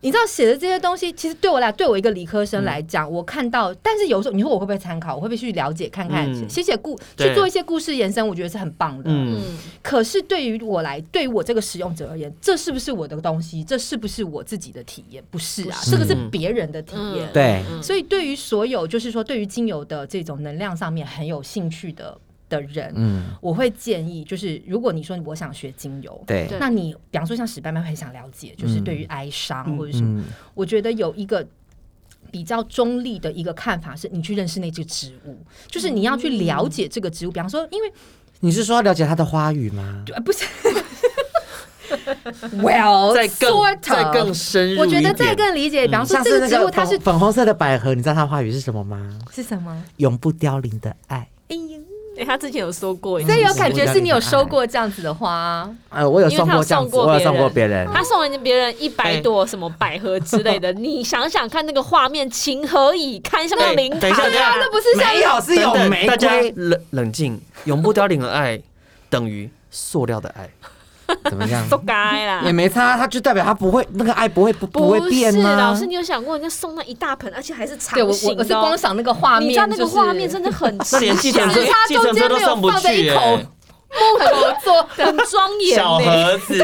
S5: 你知道写的这些东西，其实对我来，对我一个理科生来讲，我看到，但是有时候你说我会不会参考，我会不会去了解看看，
S2: 嗯
S5: 写写故
S2: 对
S5: 去做一些故事延伸，我觉得是很棒的。
S2: 嗯，
S3: 嗯，
S5: 可是对于我来，对于我这个使用者而言，这是不是我的东西？这是不是我自己的体验？不是啊，这个是别人的体验。
S3: 嗯
S4: 对
S3: 嗯
S5: 所以对于所有就是说对于精油的这种能量上面很有兴趣的的人，
S4: 嗯，
S5: 我会建议就是如果你说我想学精油，
S4: 对，
S3: 对
S5: 那你比方说像史班班会很想了解，
S2: 嗯
S5: 就是对于哀伤或者什么，
S4: 嗯，
S5: 我觉得有一个。比较中立的一个看法是，你去认识那只植物，就是你要去了解这个植物。比方说，因为
S4: 你是说要了解它的花语吗？
S5: 呃不是 ，Well，
S2: 再更
S5: sort of
S2: 再更深入
S5: 我
S2: 一
S5: 觉
S2: 点，哎嗯
S5: 得再更理解。比方说，
S4: 像
S5: 这
S4: 那
S5: 个植
S4: 个
S5: 物它是
S4: 粉粉红色的百合，你知道它花语是什么吗？
S5: 是什么？
S4: 永不凋零的爱。
S5: 哎呀，
S3: 哎，他之前有说过，
S5: 所以有
S4: 嗯
S5: 感觉是你有收过这样子的花、啊
S4: 呃，我有
S3: 因为
S4: 送
S3: 他有
S4: 过这样
S3: 送
S4: 子，
S3: 过
S4: 我有
S3: 别
S4: 送过
S3: 人
S4: 别人。
S3: 他送人家别人一百朵什么百合之类 的，你想想看那个画面，情何以堪？上面有灵
S2: 等一下，等
S3: 堂啊
S2: 一下，
S5: 那不是啊像
S4: 没有是有
S2: 等等
S4: 玫
S2: 大家
S4: 瑰，
S2: 冷冷静，永不凋零的爱等于塑料的爱。
S4: 怎么 样？
S3: 都该
S4: 也
S3: 啦。
S4: 没差，它就代表它不会那个爱不会不不会变啊
S3: 是，
S4: 吗？
S3: 老师，你有想过人家送那一大盆，而且还是长
S5: 对我我
S3: 形
S5: 我是
S3: 的哦
S5: 光想那个画面，
S3: 你知道那个画 面真
S5: 的
S3: 的很
S2: 那 连计程车
S5: 是它
S2: 计程车都送不
S5: 中间没
S2: 去、
S5: 有放在一
S2: 欸
S5: 口，木头做的
S3: 很庄严欸
S2: 小
S3: 呢。
S2: 盒子。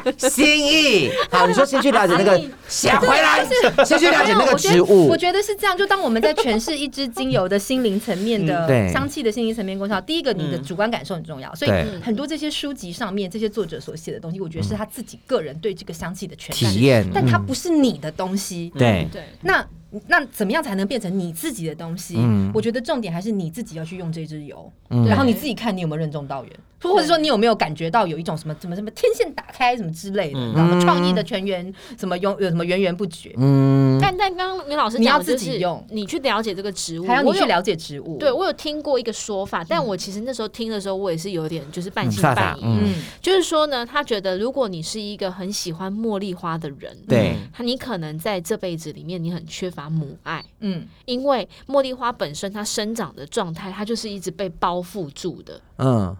S4: 心 意。好，你说先去了解那个
S3: 心意，
S4: 想回来
S5: 对，
S4: 先去了解那
S5: 没有
S4: 个
S5: 我觉
S4: 植
S5: 得
S4: 物
S5: 我。觉得是这样，就当我们在诠释一支精油的心灵层面
S4: 嗯
S5: 的
S4: 对
S5: 香气的心灵层面功效，第一个你的
S2: 嗯
S5: 主观感受很重要，所以
S4: 对嗯
S5: 很多这些书籍上面这些作者所写的东西，我觉得是他自己个人对这个香气的诠释
S4: 体验
S5: 但它
S4: 嗯
S5: 不是你的东西。
S4: 对，嗯
S3: 对，
S5: 那那怎么样才能变成你自己的东西？
S4: 嗯
S5: 我觉得重点还是你自己要去用这支油，
S4: 嗯
S5: 然后你自己看你有没有任重道远，或者说你有没有感觉到有一种什么什么什么天线打开什么之类的，
S2: 嗯
S5: 然后创意的全员什么永有什么源源不绝，
S4: 嗯，
S3: 但但刚刚明老师
S5: 你要
S3: 讲的就
S5: 自
S3: 是
S5: 己用
S3: 你去了解这个植物，
S5: 还要你
S3: 我
S5: 去
S3: 有
S5: 了解植物。
S3: 对我有听过一个说法，但我其实那时候听的时候，我也是有点就是半
S4: 嗯
S3: 信
S4: 傻
S3: 半
S4: 傻
S3: 疑。
S4: 嗯，
S5: 嗯，
S3: 就是说呢，他觉得如果你是一个很喜欢茉莉花的人，嗯
S4: 对，
S3: 他你可能在这辈子里面你很缺乏母爱，
S5: 嗯
S3: 因为茉莉花本身它生长的状态，它就是一直被包覆住的，
S4: 嗯，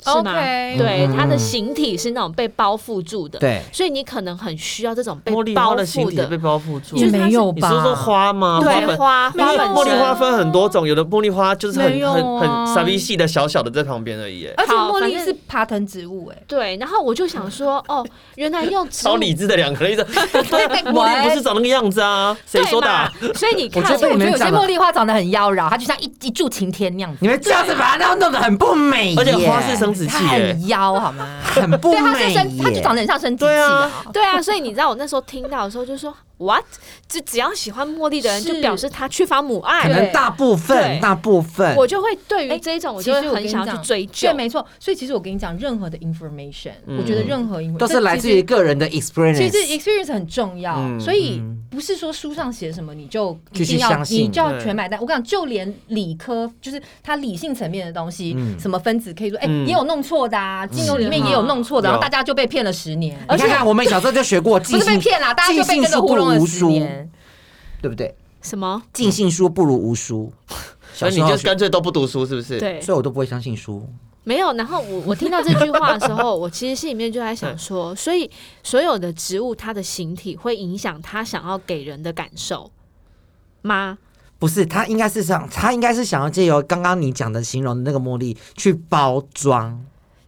S3: 是吗
S5: OK
S3: 对，
S4: 嗯
S3: 它的形体是那种被包覆住的，
S4: 对
S3: 所以你可能很需要这种被
S2: 茉莉
S3: 包
S2: 花的形
S3: 覆
S2: 体是被
S3: 的，
S2: 包覆住，
S3: 就
S5: 也
S3: 是它
S5: 没
S3: 是
S5: 有
S2: 嗯你
S5: 吧？
S2: 是说花吗？花
S3: 对
S2: 粉。
S3: 花
S2: 因为
S3: 花本
S2: 茉莉
S3: 身
S2: 花分很多种，有的茉莉花就是很
S5: 没有
S2: 很
S5: 啊
S2: 很傻逼细的小小的在旁边而已，哎
S5: 而且
S3: 好
S5: 茉
S3: 反
S5: 莉
S3: 正
S5: 是爬藤植物，哎，
S3: 对，然后我就想说，哦，原来用植物
S2: 超理智的两个人一直， 茉莉不是长那个样子啊？谁说的啊？
S3: 对嘛所以你看，
S4: 我觉得
S5: 我
S4: 你们
S5: 觉得有些
S4: 讲的
S5: 茉莉花长得很妖娆，它就像一一柱擎天那样子，
S4: 你们这样子把它弄弄得很不美耶，
S2: 而且花是生殖器
S5: 它
S2: 耶
S5: 很，妖好吗？
S4: 很不
S5: 对，它是
S4: 美
S5: 生，它就
S4: 耶
S5: 长。得很像生殖器
S2: 对啊
S5: 啊。
S3: 对啊，所以你知道我那时候听到的时候就说 what，就只要喜欢茉莉的人
S5: 是
S3: 就表示他缺乏母
S4: 可
S3: 爱，
S5: 对
S4: 能大部分，
S3: 对
S4: 大部分，
S3: 我就会对于
S5: 哎
S3: 这一种我
S5: 其
S3: 就
S5: 实
S3: 会
S5: 我跟
S3: 很
S5: 你
S3: 想要
S5: 讲，
S3: 去追究
S5: 对，。没错。所以其实我跟你讲，任何的 information，、
S2: 嗯
S5: 我觉得任何 information
S4: 都是来自于。个人的
S5: 其
S4: experience。
S5: 实 experience 很重要，
S2: 嗯
S5: 所以不是说书上写什么你就一
S4: 就去
S5: 定要
S4: 相信
S5: 你就要全买单。我跟你讲，就连理科就是它理性层面的东西，什么分子可以说，哎、
S2: 嗯
S5: 也有弄错的啊，
S4: 嗯
S5: 精油里面
S3: 是啊
S5: 也有弄错的，然
S2: 有
S5: 后大家就被骗了十年，
S4: 你看看，我们小时候就学过，
S5: 不
S4: 尽
S5: 是被
S4: 信
S5: 骗啦，大家就
S4: 尽
S5: 被
S4: 信
S5: 跟着
S4: 书不
S5: 糊弄了
S4: 如
S5: 十
S4: 书，
S5: 年。
S4: 对不对？
S3: 什么？
S4: 尽信书不如无书。
S2: 所以你
S4: 小时
S2: 就
S4: 候学
S2: 干脆都不读书，是不是？，
S3: 对，
S4: 所以我都不会相信书。
S3: 没有。然后我我听到这句话的时候， 我其实心里面就在想
S2: 嗯
S3: 说，所以所有的植物它的形体会影响它想要给人的感受吗？
S4: 不是，他应该是想，他应该是想要借由刚刚你讲的形容的那个茉莉去包装，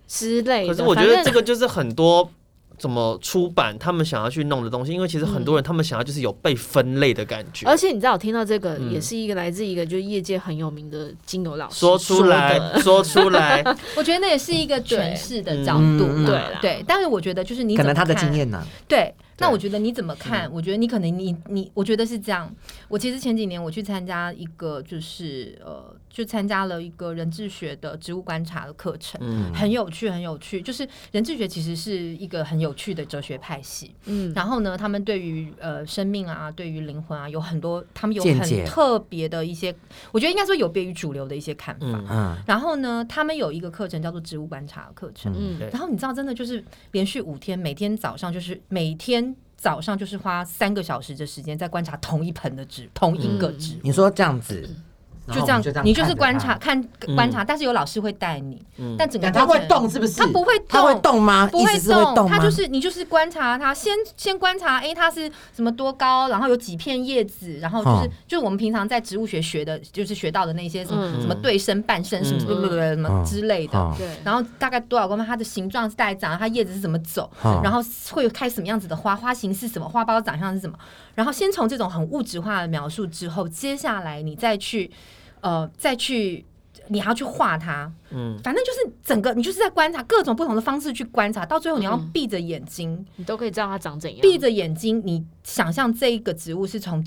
S3: 之类的。
S2: 可是我觉
S3: 反
S2: 得
S3: 正
S2: 这个就是很多 怎么出版他们想要去弄的东西，因为其实很多人他们想要就是有被分类的感觉，
S3: 而且你知道，我听到这个
S2: 嗯
S3: 也是一个来自一个就是业界很有名的精油老师
S2: 说出来，
S3: 的
S2: 说出来，
S5: 我觉得那也是一个诠释的角
S4: 嗯
S5: 度啦，
S4: 嗯
S3: 对啦
S5: 对。但是我觉得就是你
S4: 可能
S5: 怎么
S4: 他的
S5: 看
S4: 经验呢、
S5: 对，那
S2: 对
S5: 我觉得你怎么看？我觉得你可能你你，我觉得是这样。我其实前几年我去参加一个，就是呃，就参加了一个人智学的植物观察的课程，
S2: 嗯，
S5: 很有趣，很有趣。就是人智学其实是一个很有趣的哲学派系。
S3: 嗯，
S5: 然后呢，他们对于呃生命啊，对于灵魂啊，有很多他们有
S4: 见
S5: 很
S4: 解
S5: 特别的一些，我觉得应该说有别于主流的一些看法。
S2: 嗯
S4: 嗯，
S5: 然后呢，他们有一个课程叫做植物观察课程。
S3: 嗯
S2: 对
S5: 然后你知道，真的就是连续五天，每天早上就是每天早上
S2: 嗯
S5: 就是花三个小时的时间在观察同一盆的植，同一个植物。
S4: 你说这样子，然
S5: 就
S4: 后
S5: 这样
S4: 我们就这，样
S5: 你就
S4: 看
S5: 是
S4: 着
S5: 观
S4: 它嗯
S5: 察看
S2: 嗯
S5: 观察，但是有老师会带你，但整个
S4: 它
S5: 过
S4: 会
S5: 程
S4: 动是不是？
S5: 它不会动，
S4: 它会动吗？
S5: 不
S4: 意
S5: 会
S4: 思是会动吗？
S5: 它就是你就是观察它，先先观察，哎、它是什么多高，然后有几片叶子，然后就是、
S4: 嗯
S5: 就是我们平常在植物学学的，就是学到的那些什么、
S3: 嗯
S5: 什么对生、半生什么什么什么
S4: 嗯
S5: 之类的。
S4: 嗯
S3: 对，
S5: 然后大概多少公分，它的形状是大概长，它叶子是怎么走，
S4: 嗯
S5: 然后会开什么样子的花，花型是什么，花苞长相是什么，然后先从这种很物质化的描述之后，接下来你再去，呃，再去。你还要去画它，
S2: 嗯
S5: 嗯，反正就是整个你就是在观察各种不同的方式去观察，到最后你要闭着眼睛，
S3: 你都可以知道它长怎样。
S5: 闭着眼睛，你想象这一个植物是从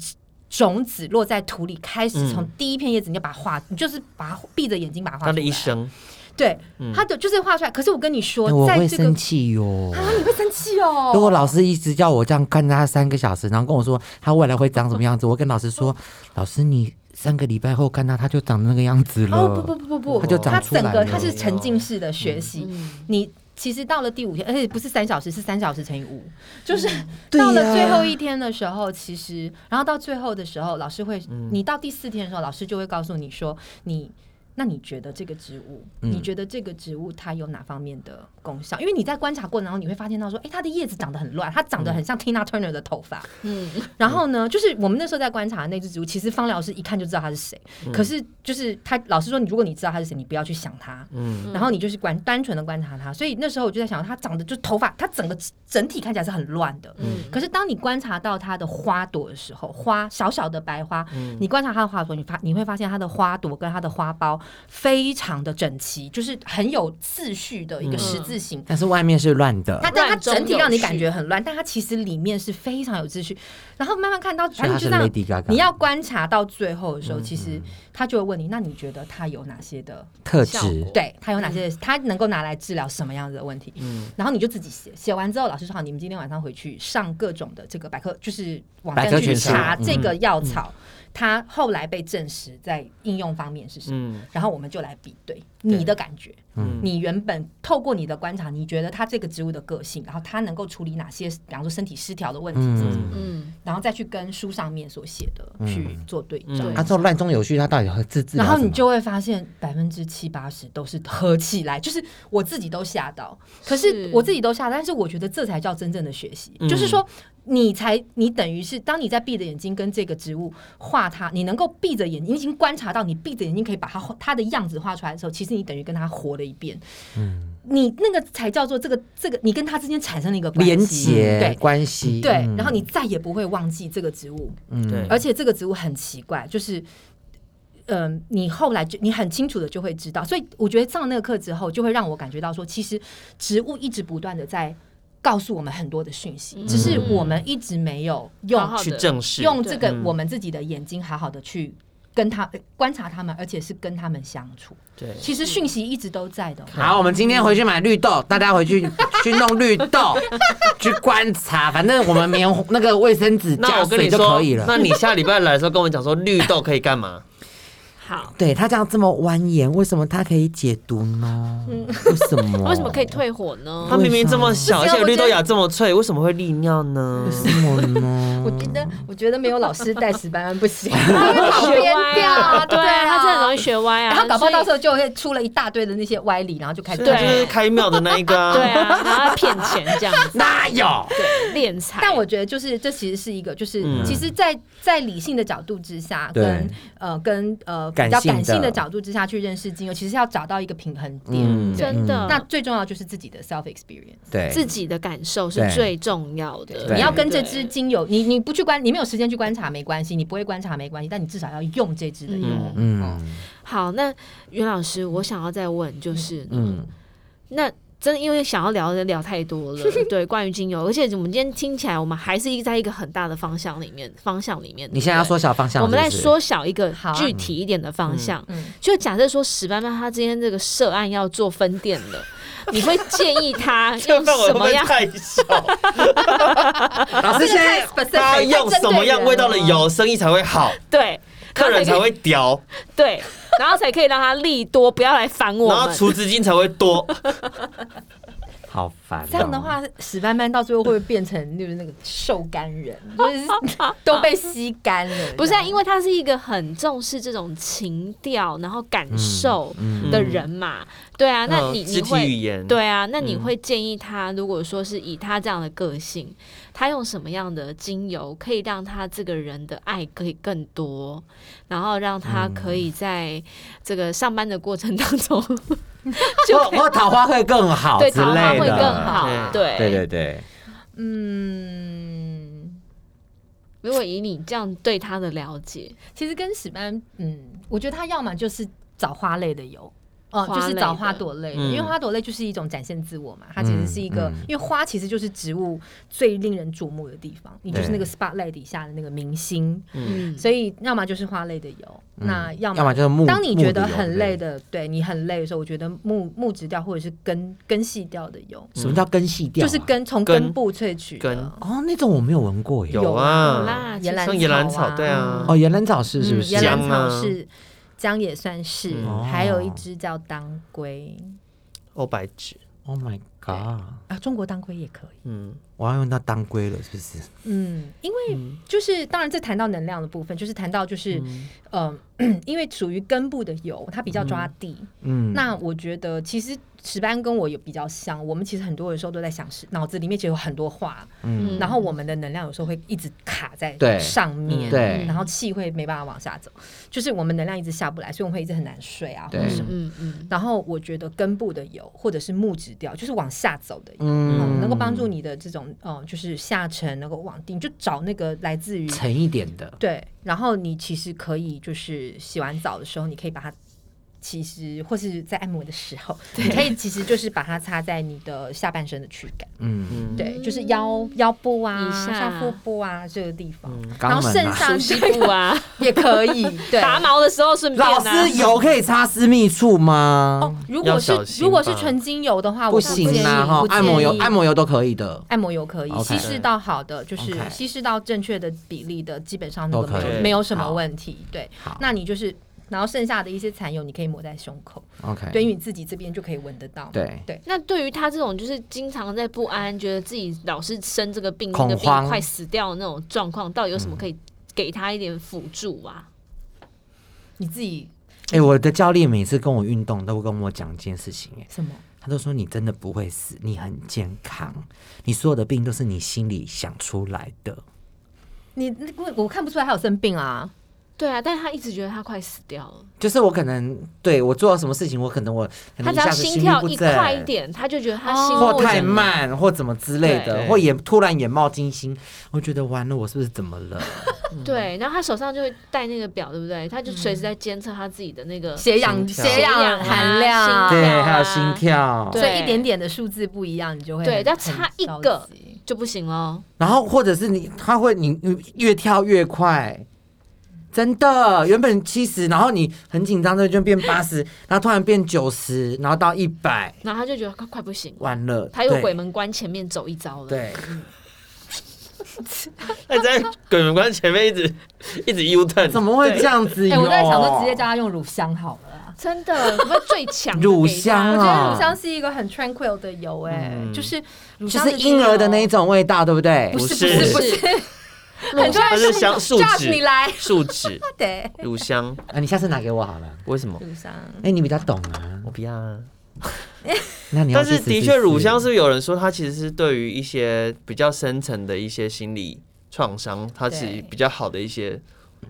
S5: 种子落在土里开始，
S2: 嗯
S5: 从第一片叶子你就把它画，你就是把它闭着眼睛把它画出
S2: 他
S5: 来。
S2: 的一生，
S5: 对
S2: 嗯，
S5: 他的就是画出来。可是我跟你说
S4: 哎那，我
S5: 在
S4: 会
S5: 这个
S4: 生气哟。
S5: 啊，你会生气哦。
S4: 如果老师一直叫我这样看他三个小时，然后跟我说他未来会长什么样子，我跟老师
S5: 哦
S4: 说，老师你三个礼拜后看他，他就长那个样子了。
S5: 哦不不不不不，
S4: 它就
S5: 它
S4: 长出来
S5: 整个
S4: 了
S5: 它是沉浸式的学习，
S3: 嗯，
S5: 你。其实到了第五天，而且不是三小时，是三小时乘以五，就是
S4: 对
S5: 到了
S4: 呀
S5: 最后一天的时候，其实，然后到最后的时候，老师会，
S4: 嗯
S5: 你到第四天的时候，老师就会告诉你说，你，那你觉得这个植物，
S4: 嗯
S5: 你觉得这个植物它有哪方面的功效？因为你在观察过程当中，你会发现到说，哎，它的叶子长得很乱，它长得
S4: 嗯
S5: 很像 Tina Turner 的头发，
S2: 嗯
S3: 嗯
S5: 然后呢，就是我们那时候在观察的那只植物，其实方疗师一看就知道它是谁。可是就是他老师说，你如果你知道它是谁，你不要去想它，
S2: 嗯
S5: 然后你就是观单纯的观察它。所以那时候我就在想，它长得就头发，它整个整体看起来是很乱的。
S3: 嗯
S5: 可是当你观察到它的花朵的时候，花小小的白花，你观察它的花朵，你发你会发现它的花朵跟它的花苞非常的整齐，就是很有次序的一个十字形。
S4: 但是外面是乱的
S5: 它，但它
S3: 乱中
S5: 整体
S3: 有
S5: 让你
S3: 序
S5: 感觉很乱，但它其实里面是非常有秩序。然后慢慢看到，
S4: 所
S5: 反
S4: 以
S5: 正
S4: 他
S5: 就是这样，
S4: Lady Gaga。嗯
S5: 你要观察到最后的时候，其实他就会问你，那你觉得它有哪些的？
S4: 特
S3: 效
S4: 质
S3: 果，
S5: 对，它有哪
S4: 嗯
S5: 些？它能够拿来治疗什么样子的问题？
S2: 嗯
S5: 然后你就自己写，写完之后，老师说好，你们今天晚上回去上各种的这个百科，就是网
S4: 百
S5: 站
S4: 科
S5: 去
S4: 全书
S5: 查
S4: 嗯
S5: 这个药草，它后来被证实在应用方面是什么。
S2: 嗯
S5: 然后我们就来比对你的感觉，
S2: 嗯
S5: 你原本透过你的观察，你觉得它这个植物的个性，然后它能够处理哪些，比方说身体失调的问题，
S4: 嗯，
S3: 嗯，
S5: 然后再去跟书上面所写的去做对照。
S2: 嗯
S4: 啊，这种乱中有序，他到底和自治疗
S5: 然后
S4: 什
S5: 你
S4: 么
S5: 就会发现百分之七八十都是合起来，就是我自己都吓到，可是
S3: 是
S5: 我自己都吓到，但是我觉得这才叫真正的学习，
S2: 嗯
S5: 就是说你才你等于是当你在闭着眼睛跟这个植物画它，你能够闭着眼睛，你已经观察到你闭着眼睛可以把它画它的样子画出来的时候，其实你等于跟它活了一遍，嗯，你那个才叫做这个这个你跟它之间产生了一个关系
S4: 连结
S5: 对。
S4: 嗯关系，
S5: 对
S4: 嗯，
S5: 然后你再也不会忘记这个植物，
S2: 嗯对，
S5: 而且这个植物很奇怪，就是。嗯，你后来就你很清楚的就会知道，所以我觉得上那个课之后，就会让我感觉到说，其实植物一直不断的在告诉我们很多的讯息，只是我们一直没有用
S3: 好好
S2: 去
S3: 的
S2: 正视，
S5: 用这个
S2: 嗯
S5: 我们自己的眼睛好好的去跟他、呃观察他们，而且是跟他们相处。
S2: 嗯对，
S5: 其实讯息一直都在的哦，
S4: 好，我们今天回去买绿豆，大家回去去弄绿豆，去观察。反正我们棉花那个卫生纸
S2: 那
S4: 加
S2: 我跟
S4: 水
S2: 你
S4: 就
S2: 说
S4: 可以，了。
S2: 那你下礼拜来的时候跟我讲说绿豆可以干嘛？
S3: 好，
S4: 对他这样这么蜿蜒，为什么它可以解毒呢？为什么？
S3: 为什么可以？退火呢
S2: 它？明明这么小，
S5: 不
S2: 而
S5: 是啊
S2: 且绿
S5: 我觉
S2: 豆
S5: 得
S2: 芽这么脆，为什么会利尿呢
S4: 为？什么呢？
S5: 我觉得我觉得没有老师带死班班不行，
S3: 他
S5: 跑
S3: 会
S5: 偏
S3: 歪
S5: 掉
S3: 啊，，对
S5: 啊
S3: 他真的很容易学歪啊。
S5: 然后搞不好到时
S3: 候
S5: 候就会出了一大堆的那些歪理，然后就开始
S2: 所以它啊就是
S3: 对
S2: 开庙的那一个、啊，
S3: 对啊，然后他骗钱这样 子，
S4: 哪有？
S3: 对，敛财。
S5: 但我觉得，就是这其实是一个，就是、
S2: 嗯
S5: 其实在，在理性的角度之下，
S4: 对
S5: 跟呃跟呃比
S4: 感
S5: 较
S4: 性
S5: 感性
S4: 的
S5: 的角度之下去认识精油，其实要找到一个平衡点。
S4: 嗯
S5: 对，
S3: 真的，
S5: 那最重要就是自己的 self experience。
S4: 对，
S3: 自己的感受是
S4: 对
S3: 最重要的。
S4: 对
S5: 你要跟这支精油，你你不去观，你没有时间去观察没关系，你不会观察没关系，但你至少要用这支的油。
S2: 嗯
S5: 哦
S4: 嗯
S3: 好，那袁老师，我想要再问就是，嗯，
S4: 嗯，
S3: 那真的因为想要聊的聊太多 了，对，关于精油，而且我们今天听起来，我们还是在一个很大的方向里面，方向里面。
S4: 你现在要
S3: 对不对
S4: 缩小方向，
S3: 我们再
S4: 是不嗯是
S3: 缩小一个
S5: 好啊
S3: 具体一点的方向，
S5: 嗯嗯
S3: 就假设说史班班他今天这个涉案要做分店了， 你会建议他
S2: 这
S3: 用
S2: 个范围
S3: 什
S2: 会不
S3: 么
S2: 会
S3: 样？
S2: 太小？
S4: 老师现在
S2: 他用什么样味道的？油，生意才会好，
S3: 对，
S2: 客人才会 屌，
S3: 对，然后才可以让他利多，不要来烦我
S2: 然后
S3: 们。
S2: 储资金才会多。
S4: 好烦、哦。
S5: 这样的，
S3: 嗯
S5: 话，史斑斑到最后会不会变成就是那个瘦干人，就是 都被吸干了？
S3: 不是、啊，因
S5: 为
S3: 为他是一个很重视这种情调，然后感受
S4: 嗯
S3: 的人嘛。对啊，那
S2: 嗯
S3: 你你
S2: 肢体语
S3: 会
S2: 言，
S3: 对啊，那你
S2: 嗯
S3: 会建议他，如果说是以他这样的个性，他用什么样的精油可以让他这个人的爱可以更多，然后让他可以在这个上班的过程当中就
S4: 或
S3: 可以
S4: 或哦桃花会更好
S3: 对
S4: 之
S3: 桃花
S4: 类
S3: 会
S4: 的，
S3: 更好。对
S4: 对对对，
S5: 嗯。
S3: 如果以你这样对他的了解，
S5: 其实跟史班，嗯，我觉得他要么就是找花类的油。哦，
S3: 花
S5: 就
S3: 类
S5: 是
S3: 的
S5: 找花朵类的，
S2: 嗯
S5: 因为花朵类就是一种展现自我嘛，它其实是一个，
S4: 嗯嗯
S5: 因为花其实就是植物最令人瞩目的地方，你就是那个 spotlight 底下的那个明星，
S3: 嗯，
S5: 所以要么就是花类的油，那要么
S4: 要么就是木
S5: 当你觉得
S4: 木的油
S5: 很累的，对你很累的时候，我觉得木木质调或者是根根系调的油，
S4: 什么叫根系调
S5: 就
S4: 啊？
S5: 是根从
S2: 根
S5: 根部萃取的
S2: 根
S4: 哦，那种我没有闻过耶。
S2: 有
S3: 有
S2: 啊，
S3: 啦，
S5: 岩兰
S2: 像野兰
S5: 草
S2: 草，
S5: 啊
S2: 对啊，
S4: 哦，岩兰草是是不
S5: 嗯，
S4: 是
S5: 野？兰
S2: 姜
S5: 草
S2: 啊
S5: 是姜也算是，
S2: 嗯
S5: 还有一只叫当归
S2: 欧哦白芷，
S4: Oh my god！
S5: 啊，中国当归也可以。
S2: 嗯，
S4: 我要用到当归了，是不是？
S5: 嗯，因为就是当然，这谈到能量的部分，就是谈到就是，嗯、 因为属于根部的油，它比较抓地。
S4: 嗯，
S5: 那我觉得其实石斑跟我也比较像，我们其实很多的时候都在想事，脑子里面其实有很多话，
S3: 嗯
S5: 然后我们的能量有时候会一直卡在
S4: 对
S5: 上面，
S2: 嗯
S4: 对
S5: 然后气会没办法往下走，就是我们能量一直下不来，所以我们会一直很难睡啊，或者
S4: 对
S5: 什么。
S3: 嗯嗯，
S5: 然后我觉得根部的油或者是木质调，就是往下走的油，
S4: 嗯
S5: 嗯，能够帮助你的这种，嗯，就是下沉能够往定，就找那个来自于
S4: 沉一点的，
S5: 对，然后你其实可以就是洗完澡的时候，你可以把它。其实，或是在按摩的时 候，你可以其实就是把它擦在你的下半身的躯干，
S4: 嗯，
S5: 对，就是腰腰部啊、
S3: 以下
S5: 下腹部啊这个地方，然
S4: 肛
S5: 后
S4: 门
S5: 肾
S4: 啊。
S5: 上
S3: 熟
S5: 腺
S3: 悉度 啊，
S5: 也可以， 对，
S3: 拔毛的时候顺便
S4: 老
S3: 啊，
S4: 师，油可以擦私密处
S5: 哦
S4: 吗？，
S5: 如
S2: 嗯要
S5: 果
S2: 小
S5: 是
S2: 心
S5: 如果是
S2: 吧
S5: 纯精油的话，
S4: 不
S5: 我建
S4: 行
S5: 议
S4: 啦，哈
S5: 不，
S4: 按摩
S5: 建
S4: 油
S5: 议
S4: 按摩油都可以的。
S5: 按摩油可以
S4: OK
S5: 稀释到好的，就是
S4: OK
S5: 稀释到正确的比例的，基本上那个
S4: 都
S5: 没
S2: 可以
S5: 有没有什么
S4: 好
S5: 问题。对
S4: 好，
S5: 那你就是，然后剩下的一些残油，你可以抹在胸口，
S4: OK，
S5: 对，因为你自己这边就可以闻得到。
S4: 对
S5: 对，
S3: 那对于他这种就是经常在不安，觉得自己老是生这个病、那
S4: 恐
S3: 个病
S4: 慌嗯
S3: 快死掉的那种状况，到底有什么可以给他一点辅助啊？
S5: 你自己
S4: 哎，我的教练每次跟我运动都会跟我讲一件事情，哎，
S5: 什么？
S4: 他都说你真的不会死，你很健康，你所有的病都是你心里想出来的。
S5: 你那个我看不出来他有生病啊。
S3: 对啊，但是他一直觉得他快死掉了，
S4: 就是我可能对我做了什么事情，我可能我可
S3: 他
S4: 能一
S3: 只要
S4: 下子
S3: 心
S4: 律
S3: 跳
S4: 不
S3: 一
S4: 正
S3: 快一点，他就觉得他
S5: 哦
S3: 心
S4: 或
S3: 不
S4: 太
S3: 整
S4: 慢，或怎么之类的，
S2: 对
S4: 或眼突然眼冒金星，我觉得完了，我是不是怎么 了？
S3: 对，然后他手上就会戴那个表，对不对？他就随时在监测他自己的那
S4: 呃
S3: 个
S5: 血氧
S2: 心跳
S5: 血氧
S3: 啊
S5: 含
S3: 心
S5: 量
S3: 跳，
S4: 对，
S3: 啊
S4: 还有心跳，
S3: 对
S5: 所以一点点的数字不一样，你就会
S3: 对
S5: 很
S3: 但差一个。就不行了。
S4: 然后或者是你，他会你你越跳越快。真的，原本七十，然后你很紧张，这就变八十，然后突然变九十，然后到一百，
S3: 然后他就觉得他快不行了，
S4: 完了，
S3: 他又
S4: 对
S3: 鬼门关前面走一遭了。
S4: 对，
S2: 那哎在鬼门关前面一直一直 U turn，
S4: 怎么会这样子
S5: 很
S4: 哟？
S5: 哎，我在想说直接叫他用乳香好了啊。
S3: 真的，什么最强的给他
S4: 乳香
S5: 我觉得
S4: 啊
S5: 乳香是一个很 tranquil 的油，哎，
S2: 嗯
S5: 就是乳
S4: 就
S5: 香
S4: 是婴儿的那一
S5: 种。
S4: 种味道，对不对？
S5: 不是
S2: 不是
S5: 不是不是，很多
S2: 它
S5: 人
S2: 是
S5: 说
S2: 香树
S5: Josh，
S2: 脂
S5: 你来，
S2: 树 脂、
S5: 对，
S2: 乳香，
S4: 啊，你下次拿给我好了。
S2: 为什么？
S5: 乳香
S4: 哎、你比较懂啊，
S2: 我不要啊。
S4: 那你要
S2: 但是
S4: 去
S2: 的
S4: 试
S2: 确，
S4: 试
S2: 乳香是不是有人说它其实是对于一些比较深层的一些心理创伤，它是
S5: 对
S2: 比较好的一些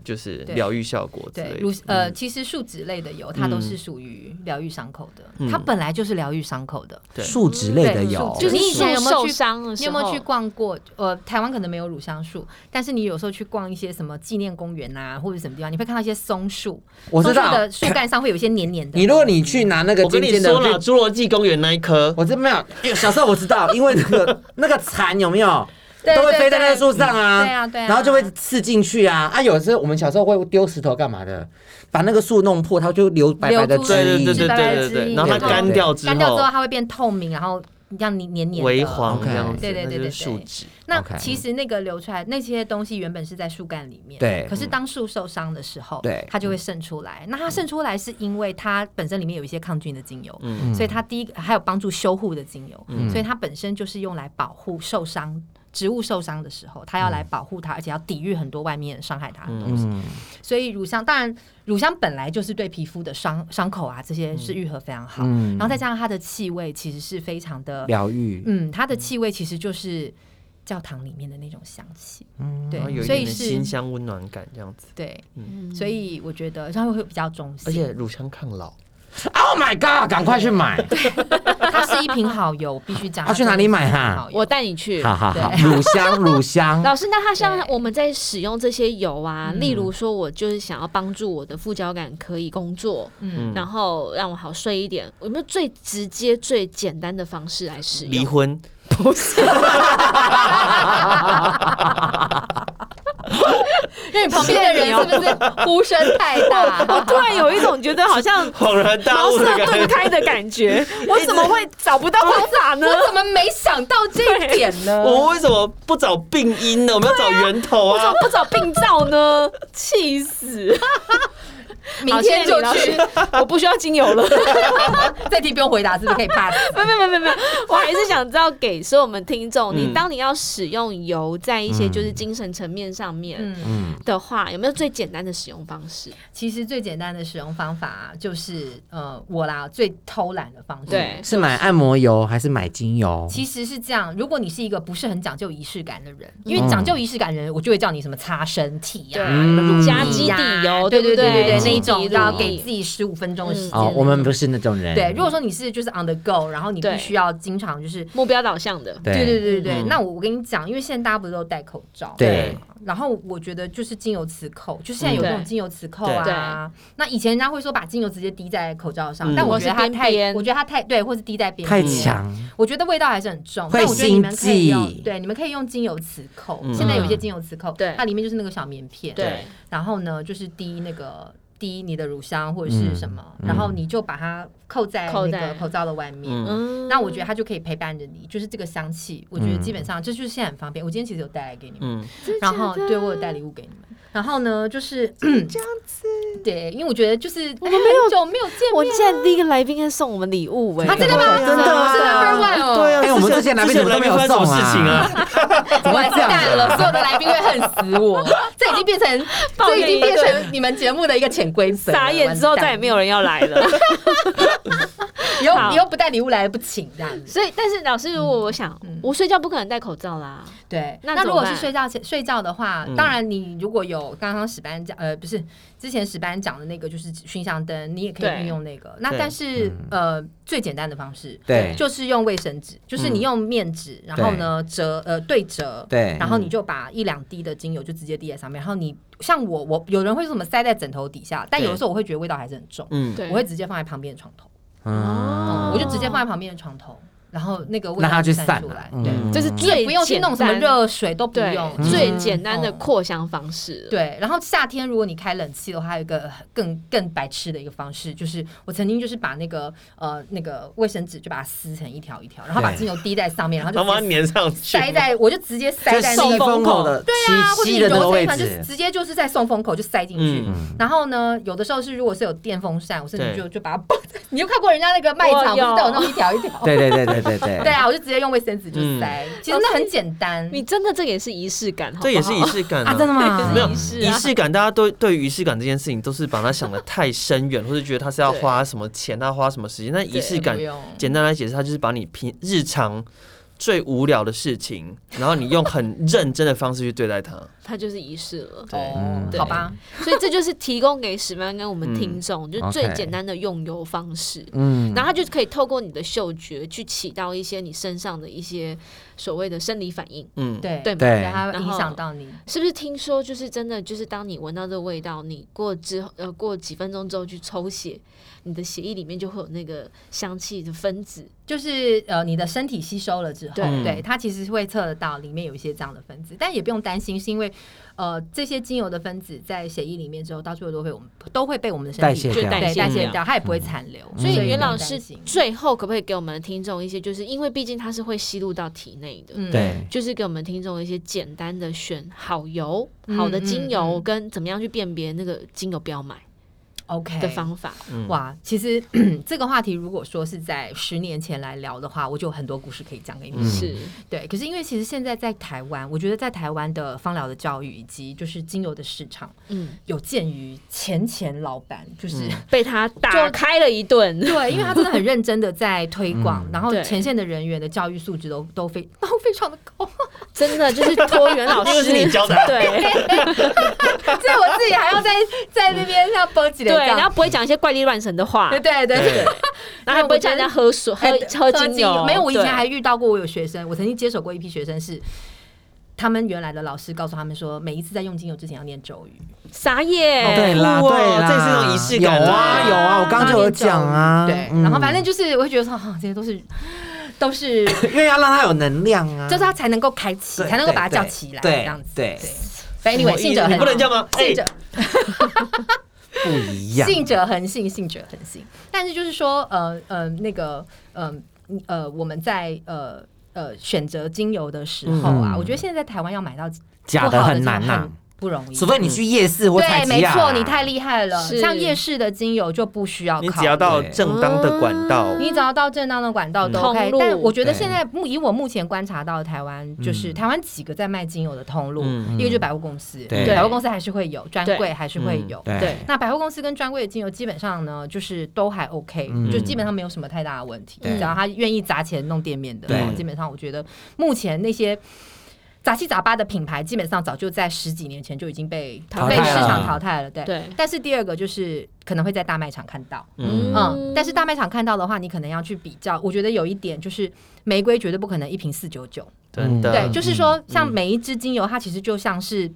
S2: 就是
S5: 对
S2: 疗愈效果之
S5: 对
S2: 类
S5: 乳
S2: 的。
S5: 呃，其实树脂类的油，它都是属于疗愈伤口
S2: 嗯
S5: 的，它本来就是疗愈伤口的。
S2: 对
S4: 树脂类的
S5: 对
S4: 油，
S5: 树
S3: 就是
S5: 你
S3: 你
S5: 以前有没有
S3: 受
S5: 去
S3: 伤的
S5: 你
S3: 时
S5: 有
S3: 候，
S5: 没有去逛过？呃，台湾可能没有乳香树，但是你有时候去逛一些什么纪念公园啊，或者什么地方，你会看到一些松树，
S4: 我知
S5: 松树
S4: 道
S5: 的。树干上会有一些黏黏的。
S4: 你如果你去拿那个
S2: 我跟
S4: 尖
S2: 你
S4: 尖的，
S2: 说了，
S4: 我就
S2: 侏罗纪公园那一棵，
S4: 我这没有。因为小时候我知道，因为那个 那个蚕有没有？
S5: 对
S4: 都会
S5: 对
S4: 飞在那个
S5: 对
S4: 树上啊，
S5: 对啊对啊
S4: 然后就会刺进去啊啊！有时候我们小时候会丢石头干嘛的，把那个树弄破，它就留白白的
S5: 留住
S4: 汁
S2: 对
S4: 液。
S2: 对对对
S5: 白
S2: 对
S5: 白的
S2: 对
S5: 汁
S2: 对，
S5: 液
S2: 然后它
S4: 对对
S2: 干
S4: 对
S2: 掉之
S5: 干掉之后，
S2: 后，
S5: 它会变透明，然后这样黏黏黏的
S2: 微黄
S4: OK
S2: 这样子，
S5: 对对对
S2: 那就
S5: 对
S2: 是树
S5: 对。
S2: 脂。
S5: 那
S4: OK
S5: 其实那个流出来那些东西原本是在树干里面，
S4: 对嗯
S5: 可是当树受伤的时候，
S4: 对嗯
S5: 它就会渗出来。那它渗出来是因为它本身里面有一些抗菌的精油，
S2: 嗯
S5: 所以它第一个还有帮助修护的精油，
S4: 嗯
S5: 所以它本身就是用来保护受伤植物受伤的时候，它要来保护它，而且要抵御很多外面伤害它的东西。
S4: 嗯
S5: 所以乳香当然，乳香本来就是对皮肤的伤伤口啊这些是愈合非常好，
S4: 嗯
S5: 然后再加上它的气味其实是非常的，
S4: 疗愈，
S5: 嗯，它的气味其实就是教堂里面的那种香气，
S4: 嗯
S5: 对
S2: 然后有一
S5: 所以
S2: 点点
S5: 是
S2: 馨香温暖感这样子，
S5: 对，
S3: 嗯
S5: 所以我觉得它会比较中性，
S2: 而且乳香抗老，
S4: ，Oh my god，赶快去买，
S5: 它是一瓶好油，必须讲。
S4: 啊去哪里买哈
S5: 好油
S3: 我带你去。
S4: 好好好，
S5: 对
S4: 乳 香乳香，
S3: 老师，那它像
S5: 对
S3: 我们在使用这些油啊，例如说，我就是想要帮助我的副交感可以工作，
S5: 嗯
S3: 然后让我好睡一点，有没有最直接、最简单的方式来使
S2: 离
S3: 用？
S2: 婚
S5: 因为旁边的人是不是呼声太
S3: 我
S5: 大？
S3: 突然有一种觉得好像
S2: 恍然大
S3: 茅
S2: 悟的
S3: 塞
S2: 感
S3: 顿
S2: 觉。
S3: 开的感觉，我怎么会找不到方法 呢？
S5: 我怎么没想到这一点 呢？
S2: 我们为什么不找病因呢？我们要找源头
S3: 我怎
S2: 啊
S3: 么！不找病灶呢？气死！
S5: 哦明天就
S3: 好谢谢
S5: 去
S3: 你，我不需要精油了。
S5: 这题不用回答，是不是可以 pass？
S3: 没没没没没，我还是想知道给所有我们听众，你
S2: 嗯
S3: 当你要使用油在一些就是精神层面上面
S5: 嗯。
S4: 嗯，
S3: 的话，有没有最简单的使用方式？
S5: 其实最简单的使用方法、就是，呃，我啦最偷懒的方式。
S3: 对
S4: 是买按摩油还是买精油？
S5: 其实是这样，如果你是一个不是很讲究仪式感的人，因为讲究仪式感的人，我就会叫你什么擦身体呀、啊。
S4: 嗯
S3: 加基底油，
S5: 嗯对
S3: 不
S5: 对对对，
S4: 对
S5: 那一
S3: 基
S5: 种
S3: 底
S5: 要
S3: 乳
S5: 给自己十五分
S3: 嗯
S5: 钟的时间。
S4: 哦，我们不是那种人，
S5: 对，如果说你是就是 on the go，然后你必须要经常就是，
S3: 目标导向的。
S5: 对对对对。
S2: 嗯
S5: 那我我跟你讲，因为现在大家不是都戴口罩，
S4: 对
S5: 然后我觉得就是精油磁扣，就现在有
S3: 嗯
S5: 那种精油磁扣啊。那以前人家会说把精油直接滴在口罩上，
S2: 嗯
S5: 但我觉得它
S3: 或是边
S5: 太，
S3: 边
S5: 我觉得它太对，嗯或是滴在边
S4: 太
S5: 边
S4: 强，
S5: 我觉得味道还是很重，
S4: 会
S5: 但我觉得你们可以
S4: 心悸
S5: 用，对，你们可以用精油磁扣。
S2: 嗯
S5: 现在有一些精油磁扣，
S3: 对
S5: 它里面就是那个小棉片，
S3: 对，
S5: 然后呢就是滴那个滴你的乳香或者是什么，
S4: 嗯
S5: 然后你就把它扣在
S3: 扣
S5: 那
S3: 在
S5: 个口罩的外面。
S2: 嗯
S3: 嗯
S5: 那我觉得它就可以陪伴着你，就是这个香气，我觉得基本
S4: 嗯
S5: 上这就是现在很方便。我今天其实有带来给你们，
S2: 嗯，
S5: 然后对我有带礼物给你们。然后呢，就是这样子，对，因为我觉得就是我们没有久没有见
S3: 我
S5: 面
S3: 现在第一个来宾应该送我们礼物哎，
S5: 啊，真的吗？
S2: 真的啊
S5: 是 number one 哦，
S2: 对啊，
S4: 哎我们
S2: 之
S4: 之前来宾怎么都没有
S2: 之前来宾
S4: 送啊
S2: 发生什么事情啊？
S4: 怎么会
S5: 完
S4: 这样
S5: 蛋了，所有的来宾会恨 死我。这已经变成，
S3: 抱
S5: 这
S3: 怨一
S5: 已经
S3: 顿
S5: 变成你们节目的一个潜规则了。
S3: 傻眼之后再也没有人要来了。
S5: 以后
S3: 好
S5: 以后不带礼物来不请这样 子。
S3: 所以，但是老师，如果我想
S5: 嗯嗯，嗯
S3: 我睡觉不可能戴口罩啦。
S5: 对，
S3: 那
S5: 那
S3: 怎
S5: 如
S3: 么
S5: 果
S3: 办
S5: 是睡觉前睡觉的话
S2: 嗯，
S5: 当然你如果有刚刚史班讲，呃，不是之前史班讲的那个就是熏香灯，你也可
S3: 对
S5: 以运用那个。那
S2: 对
S5: 但是呃，最简单的方式。
S4: 对
S5: 就是用卫生纸，就是
S3: 嗯
S5: 你用面纸，然后呢折呃对折，
S4: 对
S5: 然后
S3: 嗯
S5: 你就把一两滴的精油就直接滴在上面，然后你像我我有人会说什么塞在枕头底下，但
S2: 对
S5: 有的时候我会觉得味道还是很重，
S2: 嗯，
S3: 对
S5: 我会直接放在旁边的床头，
S3: 哦
S4: 嗯，
S5: 我就直接放在旁边的床头，然后那个味
S4: 让
S5: 道
S4: 它去
S5: 就
S4: 散
S5: 出
S4: 啊
S5: 来，，对，
S4: 嗯
S3: 这是最
S5: 也不用去弄什么
S3: 简单
S5: 热水都不
S3: 对
S5: 用，，
S3: 最
S5: 嗯
S3: 简单的
S5: 嗯
S3: 扩香方式。
S5: 对，然后夏天如果你开冷气的话，还有一个更更白痴的一个方式，就是我曾经就是把那个呃那个卫生纸就把它撕成一条一条，然后把
S4: 对
S5: 精油滴在上面，然后
S2: 他
S5: 就
S2: 妈
S5: 直接
S2: 粘上去，
S5: 塞在，我就直接塞
S4: 就
S5: 在
S4: 是
S5: 那
S4: 吸
S5: 个。
S4: 风口的，
S5: 对啊，或
S4: 吸
S5: 者你
S4: 吸的
S5: 揉
S4: 那个
S5: 成
S4: 位
S5: 一团就
S4: 置，
S5: 直接就是在送风口就塞进去。
S2: 嗯，
S5: 然后呢，有的时候是如果是有电风扇，我甚至
S2: 对
S5: 就就把它抱在。你有看过人家那个卖
S3: 我
S5: 场，不
S3: 有
S5: 是都有那么一条一条？
S4: 对对对对对
S5: 对
S4: 对，
S5: 啊，我就直接用卫生纸就塞。其实那很简单，
S3: 你真的这个也是仪式感，好不好
S2: 这也是仪式感啊。
S4: 的
S2: 没有
S3: 仪式
S2: 仪
S3: 啊
S2: 式感，大家都对于仪式感这件事情都是把它想的太深远，或是觉得它是要
S3: 对
S2: 花什么钱，它花什么时间。那仪式
S5: 对
S2: 感
S5: 不用
S2: 简单来解释，它就是把你平日常最无聊的事情，然后你用很认真的方式去对待它。
S3: 它就是仪式了。
S4: 嗯
S5: 哦
S2: 对
S5: 好吧？
S3: 所以这就是提供给史班跟我们听众，就是最
S4: OK
S3: 简单的用油方式。
S4: 嗯，
S3: 然后它就可以透过你的嗅觉去起到一些你身上的一些所谓的生理反应，
S2: 嗯，
S5: 对
S3: 对，
S4: 对
S5: 然后它会影
S3: 然后
S5: 响到你。
S3: 是不是？听说就是真的，就是当你闻到这个味道，你过之后呃过几分钟之后去抽血，你的血液里面就会有那个香气的分子
S5: 就是呃，你的身体吸收了之后，
S3: 对
S5: 对它其实是会测得到里面有一些这样的分子，但也不用担心，是因为呃，这些精油的分子在血液里面之后，到最后都会我们都会被我们的身体
S4: 代谢
S5: 对
S4: 掉嗯
S5: 代
S3: 代谢
S5: 谢
S3: 掉
S5: 掉，它也不会残留。
S3: 所以
S5: 不用
S3: 袁老
S5: 担
S3: 师
S5: 心
S3: 最后可不可以给我们的听众一些，就是因为毕竟它是会吸入到体内的，
S5: 嗯
S4: 对，
S3: 就是给我们听众一些简单的选好油、
S5: 嗯
S3: 好的精油
S5: 嗯嗯
S3: 跟怎么样去辨别那个精油不要买
S5: OK
S3: 的方法。嗯
S5: 哇，其实 这个话题如果说是在十年前来聊的话，我就有很多故事可以讲给你
S4: 嗯
S5: 们。
S3: 是，
S5: 对，可是因为其实现在在台湾，我觉得在台湾的芳疗的教育以及就是精油的市场，
S3: 嗯，
S5: 有鉴于前前老板就是、
S3: 被他打开了一顿。
S5: 对，因为他真的很认真的在推广，然后
S3: 对
S5: 前线的人员的教育素质都都非都非常的高，
S3: 真的就是托袁老
S2: 因为
S3: 师，
S2: 是你教的啊
S3: 对
S5: 所以我自己还要在在那边要包几
S3: 对，然
S5: 两
S3: 后
S5: 张。
S3: 不会讲一些怪力乱神的话，
S5: 对对对对，
S3: 然后还不会叫人家 喝水、喝喝精油。
S5: 没有，我以前
S3: 对
S5: 还遇到过，我有学生，我曾经接手过一批学生是。他们原来的老师告诉他们说，每一次在用精油之前要念咒语，
S3: 傻
S5: 哎
S3: 眼，
S4: 对啦，
S5: 哦
S2: 哇
S4: 对啦，
S2: 这是一种仪式感
S4: 有
S2: 啦
S4: 啊，有啊，我刚刚就有讲啊，
S5: 对，
S4: 嗯
S5: 然后反正就是我会觉得说，啊，这些都是 都是，就
S4: 因为要让它有能量啊，
S5: 是他才能够开启，
S4: 对
S5: 才能够把它
S4: 对
S5: 叫起来，
S4: 对
S5: 这样子。
S4: 对，
S5: 反正 anyway，信者
S2: 你
S5: 恒
S2: 不能这样吗？哎
S5: 信，者
S4: 不一样，
S5: 信者恒信，信者恒信。但是就是说，呃呃，那个，呃你呃，我们在呃呃选择精油的时候啊，
S4: 嗯
S5: 我觉得现在在台湾要买到
S4: 假
S5: 不
S4: 的
S5: 好
S4: 很
S5: 精油
S4: 难呐
S5: 很，不容易，
S4: 除非你去夜市或采
S5: 对，没
S4: 集啊，
S5: 错，你太厉害了。
S3: 是
S5: 像夜市的精油就不需要
S2: 你
S5: 靠，
S2: 只要到正当的管道，
S5: 你只要到正当的管道都
S3: 嗯
S5: OK
S3: 通。路
S5: 但我觉得
S4: 对
S5: 现在目以我目前观察到的台湾，就是
S4: 嗯
S5: 台湾几个在卖精油的通路，
S2: 嗯
S5: 一个就是百货公司，
S4: 对嗯
S5: 百货公司还是会有专
S3: 对
S5: 柜，还是会有。
S4: 对
S3: 对。
S5: 那百货公司跟专柜的精油基本上呢，就是都还 OK，、
S4: 嗯
S5: 就基本上没有什么太大的问题。
S4: 对
S5: 只要他愿意砸钱弄店面的
S4: 对，
S5: 基本上我觉得目前那些。杂七杂八的品牌，基本上早就在十几年前就已经被
S4: 淘
S5: 被
S4: 汰了
S5: 市场淘汰了，对。
S3: 对
S5: 但是第二个就是可能会在大卖场看到，
S2: 嗯
S5: 嗯，但是大卖场看到的话，你可能要去比较。我觉得有一点就是，玫瑰绝对不可能一瓶四九九，
S2: 真的，
S5: 对，就是说，像
S2: 嗯
S5: 每一支精油，它其实就像是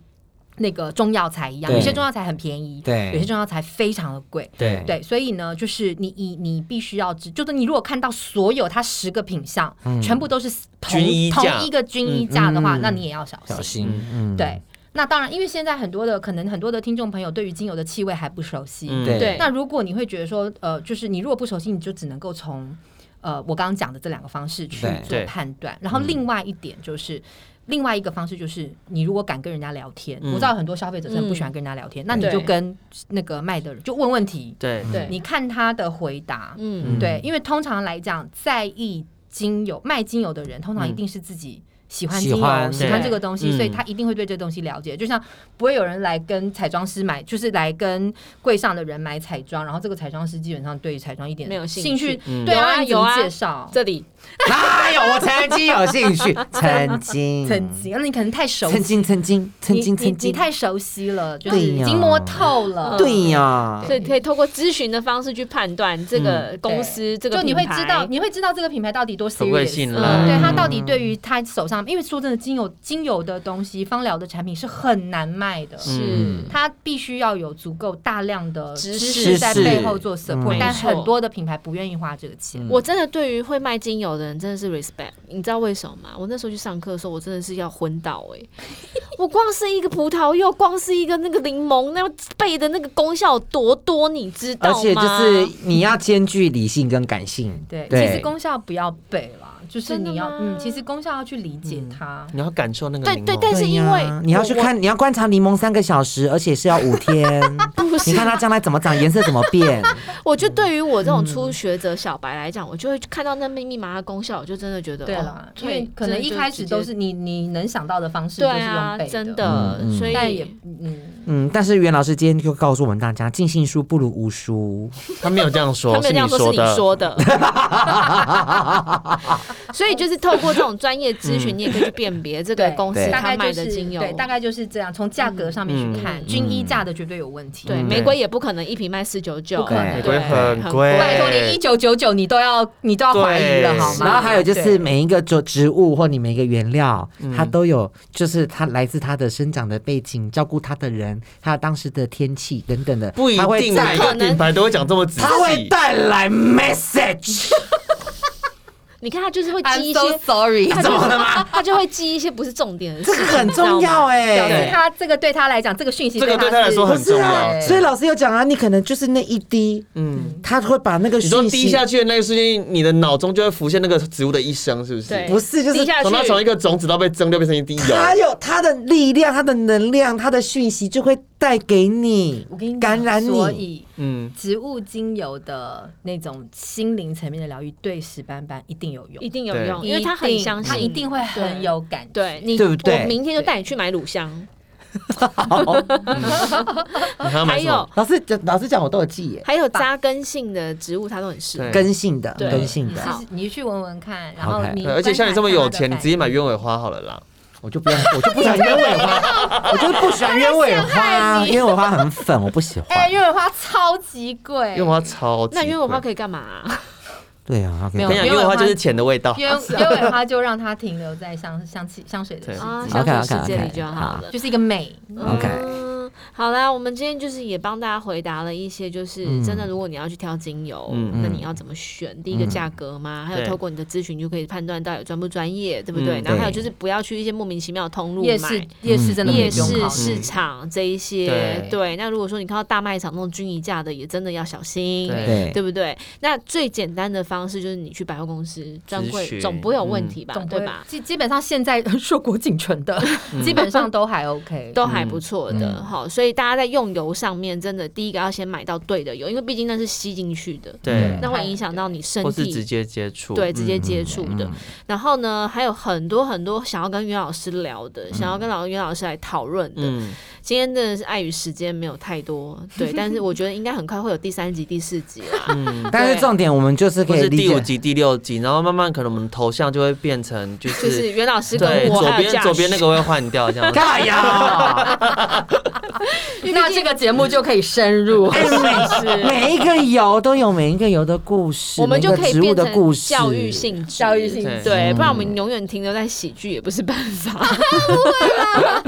S5: 那个中药材一样，
S4: 对
S5: 有些中药材很便宜，
S4: 对
S5: 有些中药材非常的贵。
S4: 对
S5: 对，所以呢，就是你你你必须要知，就是你如果看到所有它十个品相，全部都是同
S2: 均一
S5: 同
S2: 价
S5: 一个均一价的话，
S4: 嗯
S5: 那你也要小心。
S4: 小心，嗯，
S5: 对，那当然，因为现在很多的可能很多的听众朋友对于精油的气味还不熟悉，
S2: 嗯
S4: 对
S3: 对
S5: 那如果你会觉得说，呃，就是你如果不熟悉，你就只能够从呃我刚刚讲的这两个方式去
S4: 对
S5: 做
S2: 对
S5: 判断。然后另外一点就是。另外一个方式就是，你如果敢跟人家聊天，
S2: 嗯
S5: 我知道很多消费者是很不喜欢跟人家聊天，那你
S3: 对
S5: 就跟那个卖的人就问问题，
S2: 对
S3: 对
S5: 你看他的回答，
S3: 嗯
S5: 对，因为通常来讲，在意精油卖精油的人，通常一定是自己。喜欢精油，
S4: 嗯喜欢
S5: 喜欢
S3: 对
S5: 这个东西，所以
S2: 嗯
S5: 他一定会对这东西了解。就像不会有人来跟彩妆师买，就是来跟柜上的人买彩妆，然后这个彩妆师基本上对于彩妆一点
S3: 没有兴
S5: 兴
S3: 趣
S2: 嗯
S5: 对
S3: 有啊
S5: 那你怎么
S3: 有啊
S5: 介绍。
S4: 嗯
S3: 这里
S4: 哪有？我曾经有兴趣，曾经，
S5: 曾经，那你可能太熟
S4: 曾
S5: 悉，
S4: 经，曾经，曾
S5: 你
S4: 经，
S5: 你
S4: 曾
S5: 你
S4: 经，
S5: 太熟悉了，就是
S4: 对呀
S5: 已经摸透
S3: 嗯
S5: 了。
S4: 对呀，
S3: 所以可以透过咨询的方式去判断这
S4: 嗯
S3: 个公司、这个
S5: 就你会
S3: 品牌
S5: 知道，你会知道这个品牌到底多 serious，
S2: 可不可以信赖
S5: 嗯对
S3: 嗯
S5: 他到底对于他手上，因为说真的，精油精油的东西，芳疗的产品是很难卖的。
S2: 嗯
S3: 是
S5: 它必须要有足够大量的
S3: 知
S5: 知
S3: 识
S5: 识在
S4: 知识
S5: 背后做 support，、
S4: 嗯
S5: 但
S3: 没错
S5: 很多的品牌不愿意花这个钱。
S3: 我真的对于会卖精油的人真的是 respect，你知道为什么吗？我那时候去上课的时候，我真的是要昏倒哎、 我光是一个葡萄柚，光是一个那个柠檬，那背的那个功效有多多，你知道
S4: 而
S3: 吗？
S4: 且就是你要兼具理性跟感性，
S5: 对，
S4: 对
S5: 其实功效不要背啦，就是
S3: 真的
S5: 你要
S3: 吗
S5: 嗯，其实功效要去理解它。
S4: 嗯
S2: 你要感受那个哦
S3: 对
S2: 柠檬
S3: 对但是
S4: 对呀
S3: 因为
S4: 你要去看，你要观察柠檬三个小时，而且是要五 天，
S3: 啊
S4: 你看它将来怎么长，颜色怎么变，
S3: 我就对于我这种初学者小白来讲，我就会看到那密密麻麻的功效，我就真的觉得
S5: 对
S3: 哦
S5: 啦，因
S3: 对
S5: 为可能
S3: 真的
S5: 一
S3: 就
S5: 开始
S3: 直接
S5: 都是你你能想到的方式
S3: 对
S5: 就是用
S3: 啊，
S5: 背
S3: 真
S5: 的
S3: 的，
S4: 嗯嗯
S3: 所以
S5: 但也嗯，
S4: 嗯，但是袁老师今天就告诉我们大家，尽信书不如无书，
S2: 他没有这样说，
S3: 他没有这样说，
S2: 是
S3: 是
S2: 你
S3: 你
S2: 的。
S3: 说的。所以就是透过这种专业咨询，你也可以去辨别这个
S5: 对
S3: 公司
S4: 对
S5: 大
S3: 它
S5: 概
S3: 卖
S5: 就
S3: 的
S5: 是
S3: 精油。
S5: 对，大概就是这样。从价格上面去看，均一价的绝对有问题。
S3: 对
S4: 嗯
S3: 玫瑰也不可能一瓶卖四九九，
S5: 不可
S3: 对
S5: 能玫瑰
S2: 很贵
S5: 拜托，连一九九九你都要你都要怀疑了
S2: 对
S3: 啊
S5: 好吗？
S4: 然后还有就是
S5: 对
S4: 每一个植植物或你每一个原料，
S3: 嗯
S4: 它都有就是它来自它的生长的背景、照顾它的人、它当时的天气等等的，
S2: 不一
S4: 它会
S2: 定啊
S4: 带
S2: 每个品牌都会讲这么仔
S4: 它会
S2: 细，
S4: 带来 message。
S3: 你看他就是会记
S5: I'm
S3: 一些
S5: so sorry，
S3: 他 就是他就会记一些不是重点的事
S4: 这
S3: 情，
S4: 个 很
S3: 你知道
S4: 重要
S3: 吗。
S4: 哎、
S5: 表示
S2: 对
S5: 他这个对他来讲，这个讯息
S2: 这个对他来说
S5: 是
S2: 很重要
S5: 对
S4: 啊所以老师有讲啊，你可能就是那一滴，
S2: 嗯，
S4: 他会把那个
S2: 你说
S4: 讯
S2: 滴
S4: 息，
S2: 下去的那个瞬间，你的脑中就会浮现那个植物的一生，是不是？
S3: 对
S4: 不是就是
S3: 滴下去
S2: 从它从一个种子到被蒸馏变成一滴油，
S4: 他有他的力量，他的能量，他的讯息就会带给你，
S5: 我跟你讲
S4: 感染
S5: 所
S4: 你。
S5: 以
S2: 嗯，
S5: 植物精油的那种心灵层面的疗愈，对石斑斑一定有用
S3: 一，定有
S2: 对
S3: 用，因为他很相信，
S5: 他一定会很
S3: 对
S5: 有感觉。
S3: 对你，
S4: 对不对
S3: 我明天就带你去买乳香，
S2: 你还要买什么
S3: 还有？
S4: 老师讲，老师讲，我都有记耶，
S3: 还有扎根性的植物，它都很适合
S2: 对。
S4: 根性的，
S3: 对
S4: 根性
S5: 你
S4: 的
S5: 试，试，你去闻闻看，然后
S4: OK
S5: 你
S2: 对，而且像你这么有钱，你直接买鸢尾花好了啦。
S4: 我就不要，我就不喜欢鸢尾花，我就是不喜欢鸢尾花，鸢尾花很粉，我不喜
S5: 哎，
S4: 欢。
S5: 鸢尾花超级贵，
S2: 鸢尾花超级
S3: 那鸢尾花
S2: 贵
S3: 可以干嘛啊？
S4: 对啊，它可以
S5: 没有
S2: 我跟你讲，鸢尾花就是钱的味 道。
S5: 鸢鸢尾花就让它停留在香香气香水的世界
S3: 啊，小
S4: OK，OK，OK，
S3: 丑世界里就好了。
S5: 就是一个美。
S4: OK
S3: 嗯，好啦，我们今天就是也帮大家回答了一些，就是真的，如果你要去挑精油，
S2: 嗯
S3: 那你要怎么选？第一个价格嘛，还有
S2: 对
S3: 透过你的咨询就可以判断到底专不专业，对不对？
S2: 嗯
S3: 然后还有
S4: 对
S3: 就是不要去一些莫名其妙的通路
S5: 夜
S3: 买
S5: 市。夜市真的
S3: 嗯夜
S5: 很重
S3: 市
S5: 要
S3: 市场这一些
S2: 对，
S3: 对，那如果说你看到大卖场那种均宜价的，也真的要小心，
S2: 对
S4: 对
S3: 对不对？那最简单的方式就是你去百货公司专
S2: 咨
S3: 柜，
S2: 询
S3: 总不会有问题吧？
S5: 嗯总
S3: 对
S5: 会
S3: 吧？
S5: 基基本上现在硕果仅存 的，嗯基本上都还 OK。
S3: 都还
S2: 嗯
S3: 不错的，好、所以大家在用油上面，真的第一个要先买到对的油，因为毕竟那是吸进去的，
S2: 对，
S3: 那会影响到你身
S2: 嗯或是直
S3: 体，
S2: 接接触，
S3: 对，
S2: 嗯
S3: 直接接触的。然后呢，还有很多很多想要跟袁老师聊的，想要跟老袁老师来讨论的。
S2: 嗯，
S3: 今天真的是碍于时间没有太多， 对，但是我觉得应该很快会有第三集、第四集啦。
S4: 但是重点我们就是
S2: 或
S4: 可以
S2: 是
S4: 理
S2: 第五
S4: 解，
S2: 集、第六集，然后慢慢可能我们头像就会变成就
S3: 就是
S2: 是
S3: 袁老师跟
S2: 对
S3: 我
S2: 左
S3: 还有
S2: 边
S3: Josh
S2: 左边那个会换掉这样子。
S4: 干呀！
S5: 那这个节目就可以深入。
S3: 哎
S4: 每一个油都有每一个油的故事，
S3: 我们就可
S4: 每一
S3: 以
S4: 个植物
S3: 变
S4: 的
S3: 成
S4: 故事，嗯
S3: 教育性质，
S5: 教育性
S2: 质
S3: 对，不然我们永远停留在喜剧也不是办法。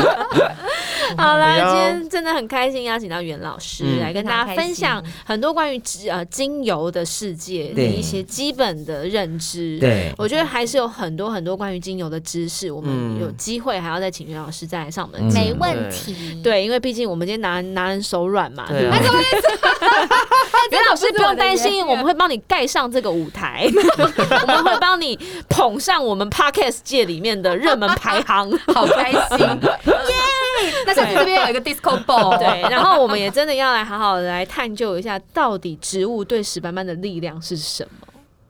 S3: 好啦，
S2: 哎呦
S3: 今天真的很开心，邀请到袁老师
S2: 嗯
S3: 来跟大家分享很多关于植呃精油的世界的
S4: 对
S3: 一些基本的认知。
S4: 对
S3: 我觉得还是有很多很多关于精油的知识，我们
S2: 嗯
S3: 有机会还要再请袁老师再来上我们的
S4: 嗯
S3: 节目
S5: 没问题。
S3: 对，因为毕竟我们今天拿拿人手软嘛，
S2: 对
S3: 不
S2: 啊，
S3: 袁老师不用担心，我
S5: 我
S3: 们 会帮你盖上这个舞台， 我们会帮你捧上我们 podcast 界里面的热门排 行。
S5: 好开心，耶！那下次这边有一个 disco ball，
S3: 对，然后我们也真的要来好好的来探究一下，到底植物对石斑斑的力量是什么。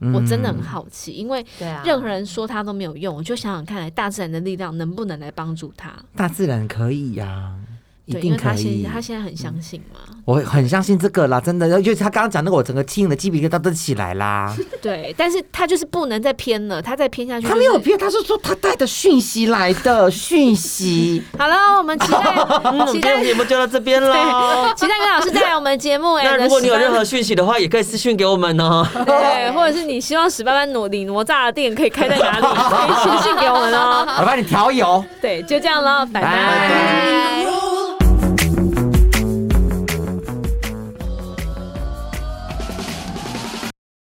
S4: 嗯
S3: 我真的很好奇，因为
S5: 对啊，
S3: 任何人说它都没有用，我就想想看，大自然的力量能不能来帮助它？
S4: 大自然可以呀，一
S3: 对，因
S4: 定
S3: 为他
S4: 可
S3: 现
S4: 以。
S3: 他现在很相信嘛，
S4: 我很相信这个啦，真的，尤其是他刚刚讲那个，我整个听的鸡皮疙瘩都起来啦。
S3: 对，但是他就是不能再偏了，他再偏下去、
S4: 他没有。骗，他是说他带的讯息来的讯息。
S3: 好了，我们期
S2: 嗯我
S3: 待，
S2: 们
S3: 期
S2: 今
S3: 待
S2: 天节目就到这边喽。
S3: 对，期待袁老师再来我们节目、哎，
S2: 哦那如果你有任何
S3: 石
S2: 讯息的话，也可以私讯给我们哦。
S3: 斑对，或者是你希望史班班努里哪吒的店可以开在哪里，可以私信给我们哦。
S4: 我帮你调油。
S3: 对，就这样喽，拜
S4: 拜
S3: 拜
S4: 拜。